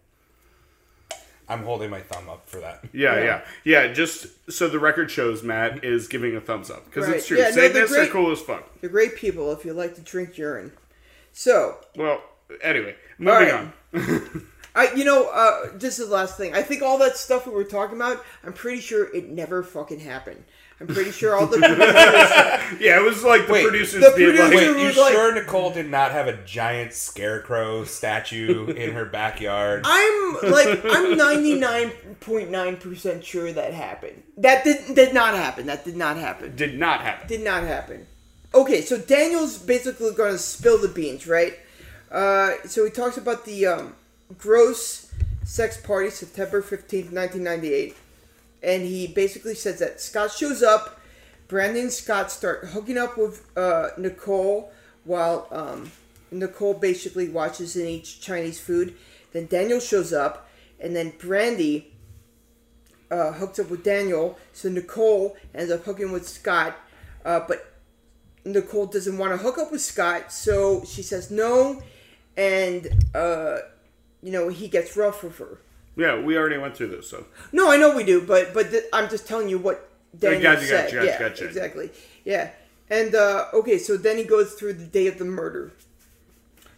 D: I'm holding my thumb up for that.
C: Yeah, yeah, yeah. just so the record shows, Matt is giving a thumbs up because
B: Right.
C: it's true.
B: Yeah, no, they're
C: Satanists are
B: great.
C: cool as fuck.
B: they're great people if you like to drink urine so
C: Well, anyway, moving
B: right.
C: on.
B: I, you know, uh, this is the last thing. I think all that stuff we were talking about, I'm pretty sure it never fucking happened. I'm pretty sure all the
C: Yeah, it was like the
D: Wait,
C: producers
B: the
C: being
B: producer-
C: like,
D: Wait,
B: It
D: you
B: was like-
D: sure Nicole did not have a giant scarecrow statue in her backyard?
B: I'm like I'm 99.9 percent sure that happened. That did did not happen. That did not happen.
C: did not happen.
B: Did not happen. Okay, so Daniel's basically going to spill the beans, right? Uh, so he talks about the um, gross sex party, September 15th, 1998. and he basically says that Scott shows up. Brandon and Scott start hooking up with uh, Nicole while um, Nicole basically watches and eats Chinese food. Then Daniel shows up, and then Brandy uh, hooks up with Daniel. So Nicole ends up hooking with Scott, uh, but Nicole doesn't want to hook up with Scott, so she says no, and uh, you know he gets rough with her.
C: Yeah, we already went through this, so
B: No, I know we do, but but th- I'm just telling you what Daniel
C: gotcha,
B: said.
C: gotcha, gotcha,
B: yeah,
C: gotcha.
B: exactly. Yeah, and uh, okay, so then he goes through the day of the murder.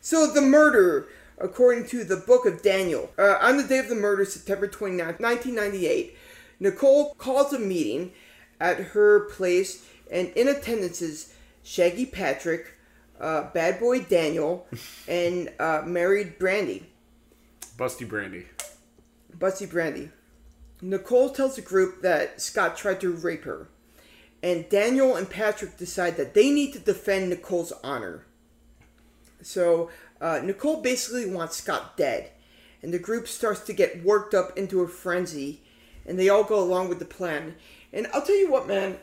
B: So the murder, according to the book of Daniel, uh, on the day of the murder, September 29th, 1998, Nicole calls a meeting at her place, and in attendance is Shaggy Patrick, uh, Bad Boy Daniel, and uh, married Brandy.
C: Busty Brandy.
B: Butsy Brandy. Nicole tells the group that Scott tried to rape her, and Daniel and Patrick decide that they need to defend Nicole's honor. So uh, Nicole basically wants Scott dead, and the group starts to get worked up into a frenzy, and they all go along with the plan. And I'll tell you what, man,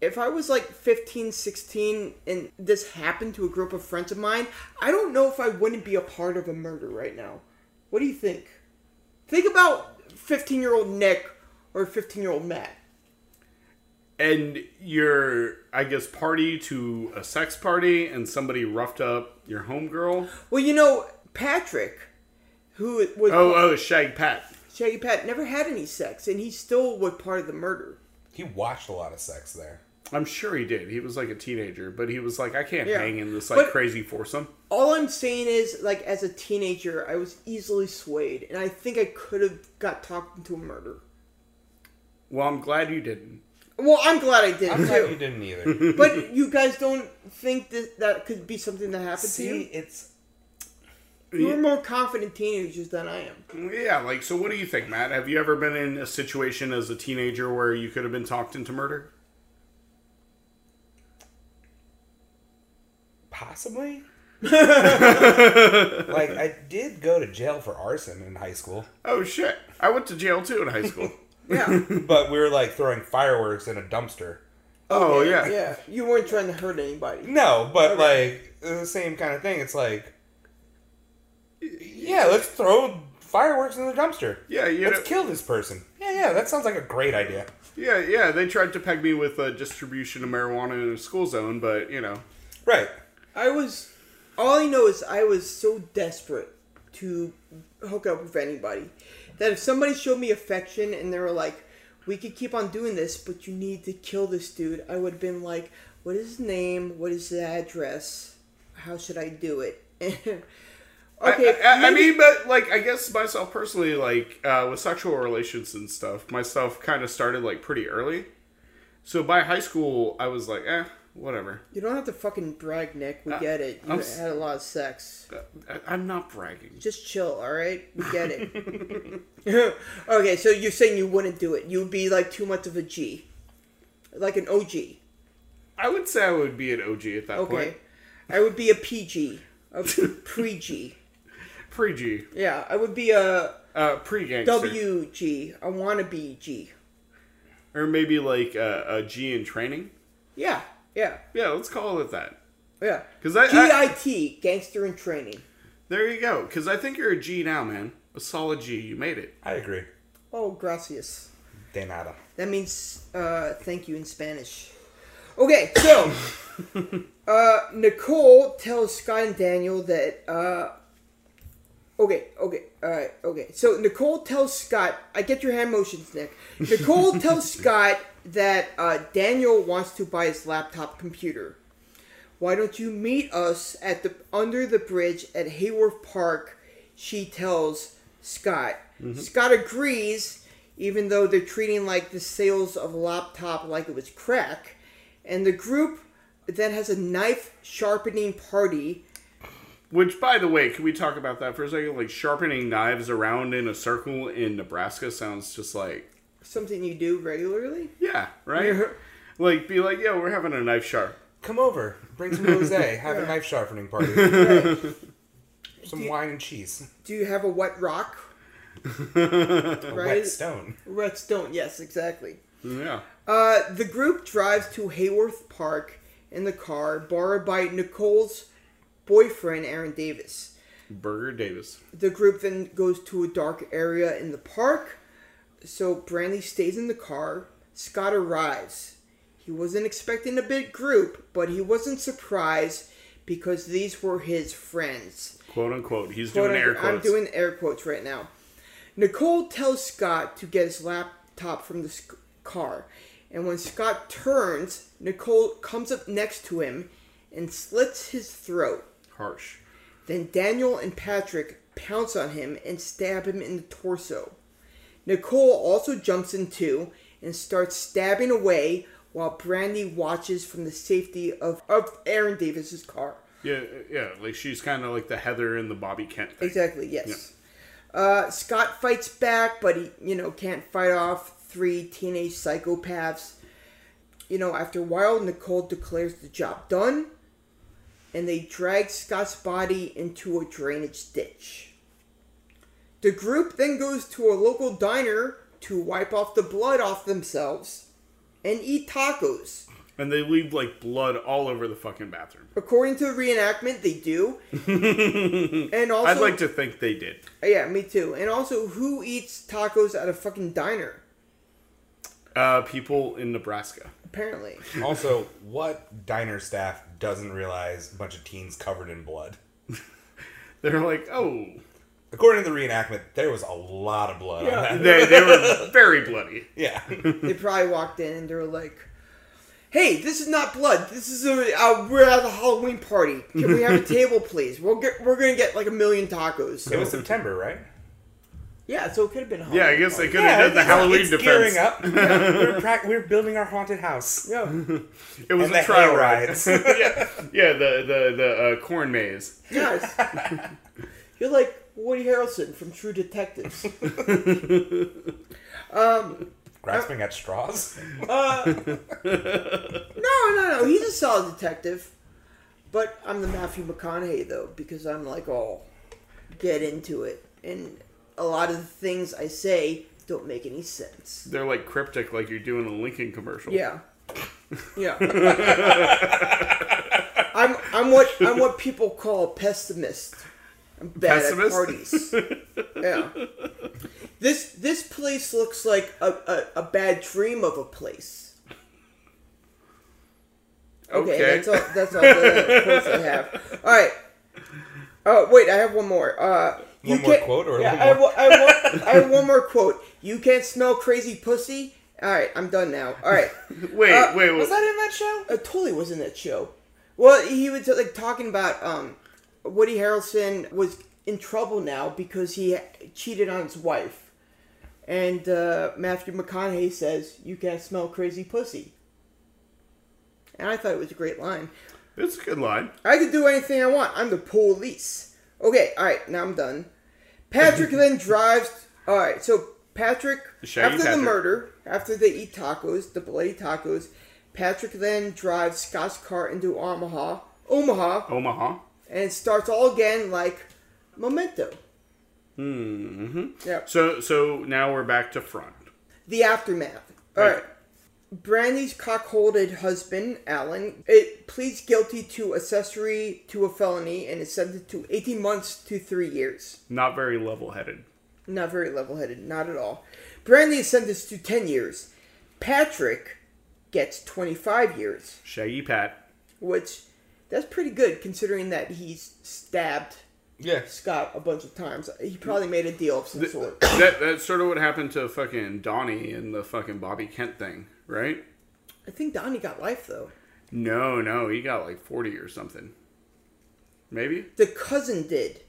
B: if I was like 15, 16, and this happened to a group of friends of mine, I don't know if I wouldn't be a part of a murder right now. What do you think? Think about 15 year old Nick or 15 year old Matt.
C: and you're I guess party to a sex party and somebody roughed up your homegirl.
B: Well, you know, Patrick, who was
C: Oh oh Shag Pat.
B: Shaggy Pat, never had any sex, and he still was part of the murder.
D: He watched a lot of sex there.
C: I'm sure he did. He was like a teenager, but he was like, I can't
B: Yeah.
C: hang in this like
B: But-
C: crazy foursome.
B: All I'm saying is, like, as a teenager, I was easily swayed, and I think I could have got talked into a murder.
C: Well, I'm glad you didn't.
B: Well, I'm glad I did
D: I'm glad you
B: too.
D: didn't either.
B: But you guys don't think that that could be something that happened to
D: See,
B: you?
D: it's
B: You're more confident teenagers than I am.
C: Yeah, like so. What do you think, Matt? Have you ever been in a situation as a teenager where you could have been talked into murder?
D: possibly. like I did go to jail for arson in high school,
C: Oh shit! I went to jail too in high school.
B: Yeah.
D: but we were like throwing fireworks in a dumpster.
C: oh yeah.
B: Yeah. You weren't trying to hurt anybody.
D: No, but like the same kind of thing. It's like, yeah, let's throw fireworks in the dumpster.
C: Yeah, you
D: let's
C: know-
D: kill this person. Yeah, yeah, that sounds like a great idea.
C: yeah, yeah. They tried to peg me with a distribution of marijuana in a school zone, but you know,
D: Right.
B: I was. All I know is I was so desperate to hook up with anybody that if somebody showed me affection and they were like, we could keep on doing this, but you need to kill this dude, I would have been like, what is his name? What is his address? How should I do it? okay.
C: I, I, I
B: maybe-
C: mean, but like, I guess myself personally, like uh, with sexual relations and stuff, myself kind of started like pretty early. So by high school, I was like, eh, whatever.
B: You don't have to fucking brag, Nick. We get it. You
C: Uh, I'm s-
B: had a lot of sex.
C: I, I'm not bragging.
B: Just chill, all right? We get it. okay, so you're saying you wouldn't do it. You'd be like too much of a G, like an OG.
C: I would say I would be an OG at that
B: Okay,
C: point.
B: I would be a PG, a pre G.
C: Pre G,
B: Yeah, I would be a
C: uh, pre gangster,
B: WG, a wannabe G.
C: or maybe like uh, a G in training.
B: Yeah, yeah,
C: Yeah, let's call it that.
B: yeah.
C: 'Cause I- I-
B: GIT, gangster in training.
C: There you go. Because I think you're a G now, man. A solid G. You made it.
D: I agree.
B: Oh, gracias.
D: De nada.
B: That means uh, thank you in Spanish. Okay, so uh, Nicole tells Scott and Daniel that. Uh, okay, okay, uh, okay. So Nicole tells Scott. I get your hand motions, Nick. Nicole tells Scott that uh, Daniel wants to buy his laptop computer. Why don't you meet us at the under the bridge at Hayworth Park? She tells Scott.
D: Mm-hmm.
B: Scott agrees, even though they're treating like the sales of a laptop like it was crack. And the group then has a knife sharpening party.
C: Which, by the way, can we talk about that for a second? Like sharpening knives around in a circle in Nebraska sounds just like
B: Something you do regularly?
C: Yeah, right?
B: Yeah.
C: Like, be like, yo, we're having a knife sharp.
D: Come over. Bring some rosé. Have a knife sharpening party. some wine and cheese.
B: Do you have a wet rock?
D: A
B: Right.
D: wet stone.
B: Red stone, yes, exactly.
C: Yeah.
B: Uh, the group drives to Hayworth Park in the car borrowed by Nicole's boyfriend, Aaron Davis.
C: Burger Davis.
B: The group then goes to a dark area in the park. So Brandy stays in the car. Scott arrives. He wasn't expecting a big group, but he wasn't surprised because these were his friends.
C: Quote unquote. He's
B: Quote,
C: doing air
B: unquote-
C: quotes.
B: I'm doing air quotes right now. Nicole tells Scott to get his laptop from the sc- car, and when Scott turns, Nicole comes up next to him and slits his throat.
C: Harsh.
B: Then Daniel and Patrick pounce on him and stab him in the torso. Nicole also jumps in too and starts stabbing away while Brandy watches from the safety of, of Aaron Davis's car.
C: Yeah, yeah. Like, she's kind of like the Heather and the Bobby Kent thing.
B: Exactly, yes. Uh, Scott fights back, but he, you know, can't fight off three teenage psychopaths. You know, after a while, Nicole declares the job done, and they drag Scott's body into a drainage ditch. The group then goes to a local diner to wipe off the blood off themselves and eat tacos.
C: And they leave like blood all over the fucking bathroom.
B: According to the reenactment, they do. and also,
C: I'd like to think they did.
B: yeah, me too. And also, who eats tacos at a fucking diner?
C: Uh, people in Nebraska.
B: Apparently,
D: Also, what diner staff doesn't realize a bunch of teens covered in blood?
C: They're like, oh,
D: According to the reenactment, there was a lot of blood on that.
C: they, they were very bloody.
D: Yeah.
B: they probably walked in and they were like, "Hey, this is not blood. This is a uh, we're at a Halloween party. Can we have a table, please? We'll get we're gonna get like a million tacos."
D: it was September, right?
B: yeah, so it could have been. a
C: Yeah, I
B: Halloween
C: guess they
B: party.
C: could have done the
D: it's-
C: Halloween
D: it's
C: defense.
D: gearing up. Yeah, we're, prac- we're building our haunted house.
B: Yeah,
C: It was
D: And
C: a
D: the
C: trial
D: trial
C: ride.
D: rides.
C: yeah, yeah, the the the uh, corn maze.
B: yes. You're like Woody Harrelson from True Detectives.
D: Grasping at straws.
B: No, no, no. He's a solid detective. But I'm the Matthew McConaughey, though, because I'm like, oh, get into it. And a lot of the things I say don't make any sense.
C: They're like cryptic, like you're doing a Lincoln commercial.
B: Yeah. Yeah. I'm, I'm what I'm what people call a pessimist. I'm bad
C: Pessimist?
B: at parties. Yeah. This this place looks like a, a, a bad dream of a place. Okay,
C: Okay.
B: that's all. That's all the quotes I have. All right. Oh wait, I have one more. Uh, you
D: One more
B: can't-
D: quote or
B: yeah, I,
D: one more-
B: wa- I, wa- I have one more quote. You can't smell crazy pussy. All right, I'm done now. All right,
C: Wait,
B: Uh,
C: wait, wait.
D: was that in that show?
B: I totally was in that show. Well, he was like talking about um, Woody Harrelson was in trouble now because he cheated on his wife, and uh, Matthew McConaughey says, "You can't smell crazy pussy." And I thought it was a great line.
C: It's a good line.
B: I can do anything I want. I'm the police. Okay, all right, now I'm done. Patrick then drives. All right, so Patrick,
C: Shaggy
B: after
C: Patrick.
B: the murder, after they eat tacos, the bloody tacos, Patrick then drives Scott's car into Omaha, Omaha,
C: Omaha.
B: and it starts all again like Memento. Mm-hmm. Yeah.
C: So so now we're back to front.
B: The aftermath. All right.
C: Right.
B: Brandy's cockholded husband, Alan, it pleads guilty to accessory to a felony and is sentenced to 18 months to three years.
C: Not very level headed.
B: Not very level headed, not at all. Brandy is sentenced to 10 years. Patrick gets 25 years,
C: Shaggy Pat.
B: which that's pretty good considering that he's stabbed
D: Yes.
B: Scott a bunch of times. He probably made a deal of some sort.
C: That that's sort of what happened to fucking Donnie and the fucking Bobby Kent thing, right?
B: I think Donnie got life though.
C: No, no, he got like forty or something. Maybe?
B: The cousin did.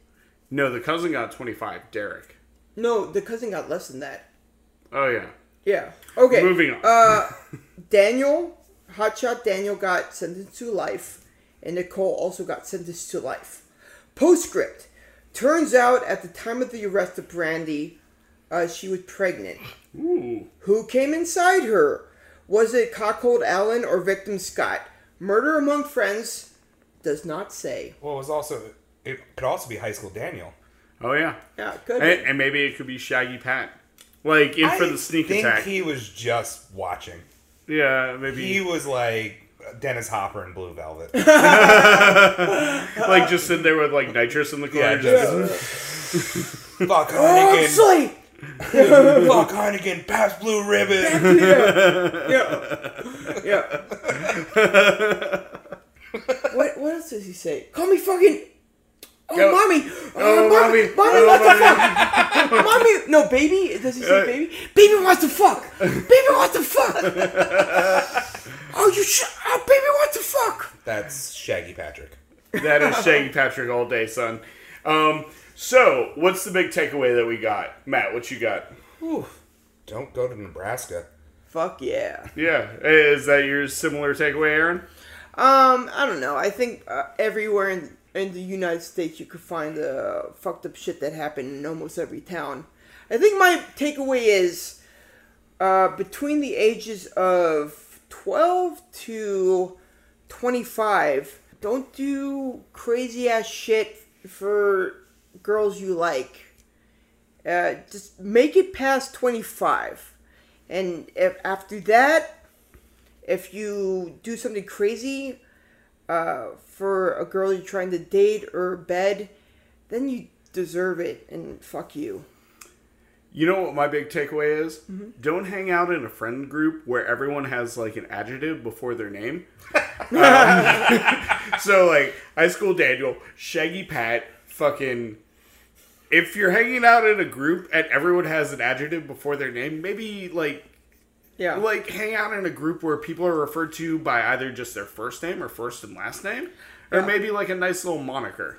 C: No, the cousin got twenty five, Derek.
B: No, the cousin got less than that.
C: Oh yeah.
B: Yeah. Okay.
C: Moving on.
D: uh,
B: Daniel, Hotshot Daniel got sentenced to life, and Nicole also got sentenced to life. Postscript. Turns out at the time of the arrest of Brandy, uh, she was pregnant.
C: Ooh.
B: Who came inside her? Was it Cockhold Allen or victim Scott? Murder among friends does not say.
D: Well, it was also it could also be High School Daniel.
C: Oh yeah.
B: Yeah, it could be.
C: And, and maybe it could be Shaggy Pat. Like in for the sneak
D: think
C: attack.
D: he was just watching.
C: yeah, maybe
D: He was like Dennis Hopper in Blue Velvet.
C: like just in there with like nitrous in the corner.
D: uh, Yeah,
C: just-
D: Fuck
B: Oh, I'm
D: Heineken.
B: sorry.
D: Fuck Heineken. Pabst Blue Ribbon.
B: Yeah. Yeah. what, what else does he say? Call me fucking. Oh,
C: Go-
B: mommy! Oh,
C: Oh,
B: mommy!
C: mommy.
B: Mommy,
C: Oh,
B: wants
C: mommy.
B: to fuck! mommy! No, baby? Does he say
C: Uh,
B: baby? Baby wants to fuck! Baby wants to fuck! oh, you sh- Oh, baby wants to fuck!
D: That's Shaggy Patrick.
C: That is Shaggy Patrick all day, son. Um, so, what's the big takeaway that we got, Matt? What you got?
D: Don't go to Nebraska.
B: Fuck yeah.
C: Yeah, is that your similar takeaway, Aaron?
B: Um, I don't know. I think uh, everywhere in in the United States, you could find the fucked up shit that happened in almost every town. I think my takeaway is uh, between the ages of 12 to 25, don't do crazy ass shit for girls you like. Uh, just make it past 25. And if, after that, if you do something crazy, uh, for a girl you're trying to date or bed, then you deserve it and fuck you.
C: You know what my big takeaway is?
B: Mm-hmm.
C: Don't hang out in a friend group where everyone has like an adjective before their name. Um, so like high school Daniel, Shaggy Pat, fucking. If you're hanging out in a group and everyone has an adjective before their name, maybe like
B: Yeah.
C: like hang out in a group where people are referred to by either just their first name or first and last name, or
B: Yeah.
C: maybe like a nice little moniker.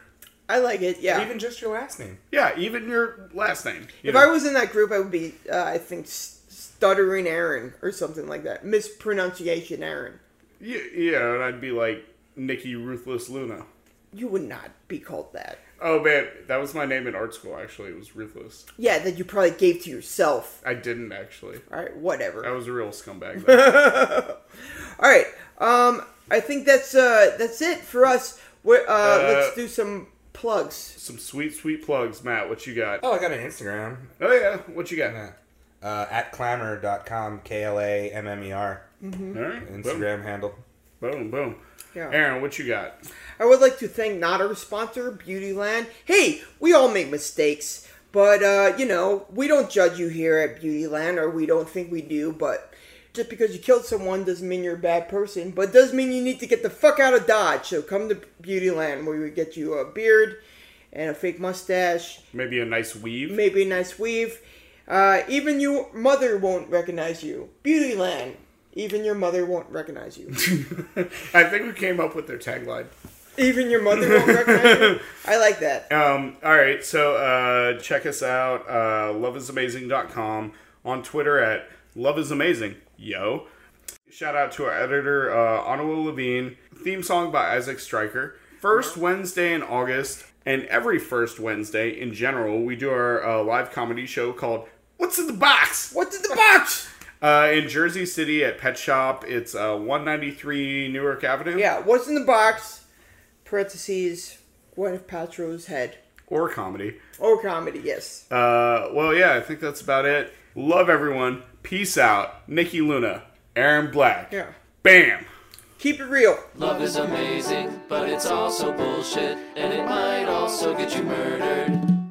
B: I like it. Yeah.
D: Even just your last name.
C: Yeah, even your last name. you
B: if
C: know.
B: I was in that group, I would be, uh, I think, s- stuttering Aaron or something like that. Mispronunciation Aaron.
C: Yeah, yeah, and I'd be like Nikki Ruthless Luna.
B: You would not be called that.
C: Oh man, that was my name in art school. Actually, it was Ruthless.
B: Yeah, that you probably gave to yourself.
C: I didn't actually.
B: All right, whatever.
C: I was a real scumbag. though.
B: All right. Um, I think that's uh, that's it for us. We're, uh, let's do some plugs.
C: Some sweet, sweet plugs, Matt. What you got?
D: Oh, I got an Instagram.
C: Oh yeah, what you got?
D: Yeah. Uh, at clamor.com, K L A M M E R.
C: All right,
D: Instagram handle.
C: Boom, boom. boom.
B: Yeah.
C: Aaron, what you got?
B: I would like to thank not our sponsor, Beautyland. Hey, we all make mistakes, but uh, you know, we don't judge you here at Beautyland, or we don't think we do, but just because you killed someone doesn't mean you're a bad person, but does mean you need to get the fuck out of Dodge. So come to Beautyland where we get you a beard and a fake mustache,
C: Maybe a nice weave.
B: maybe a nice weave. Uh, even your mother won't recognize you. Beautyland. Even your mother won't recognize you.
C: I think we came up with their tagline.
B: Even your mother won't recognize you. I like that.
C: Um, all right, so uh, check us out, uh, loveisamazing.com, on Twitter at loveisamazing, yo. Shout out to our editor, uh, Ottawa Levine. Theme song by Isaac Stryker. First Wednesday in August, and every first Wednesday in general, we do our uh, live comedy show called What's in the Box?
B: What's in the box?
C: Uh, in Jersey City at Pet Shop. It's uh, 193 Newark Avenue.
B: Yeah, what's in the box? Parentheses, Gwyneth Paltrow's head.
C: Or comedy.
B: Or comedy, yes.
C: Uh, well, yeah, I think that's about it. Love everyone. Peace out. Nikki Luna, Aaron Black.
B: Yeah.
C: Bam.
B: Keep it real.
A: Love is amazing, but it's also bullshit, and it might also get you murdered.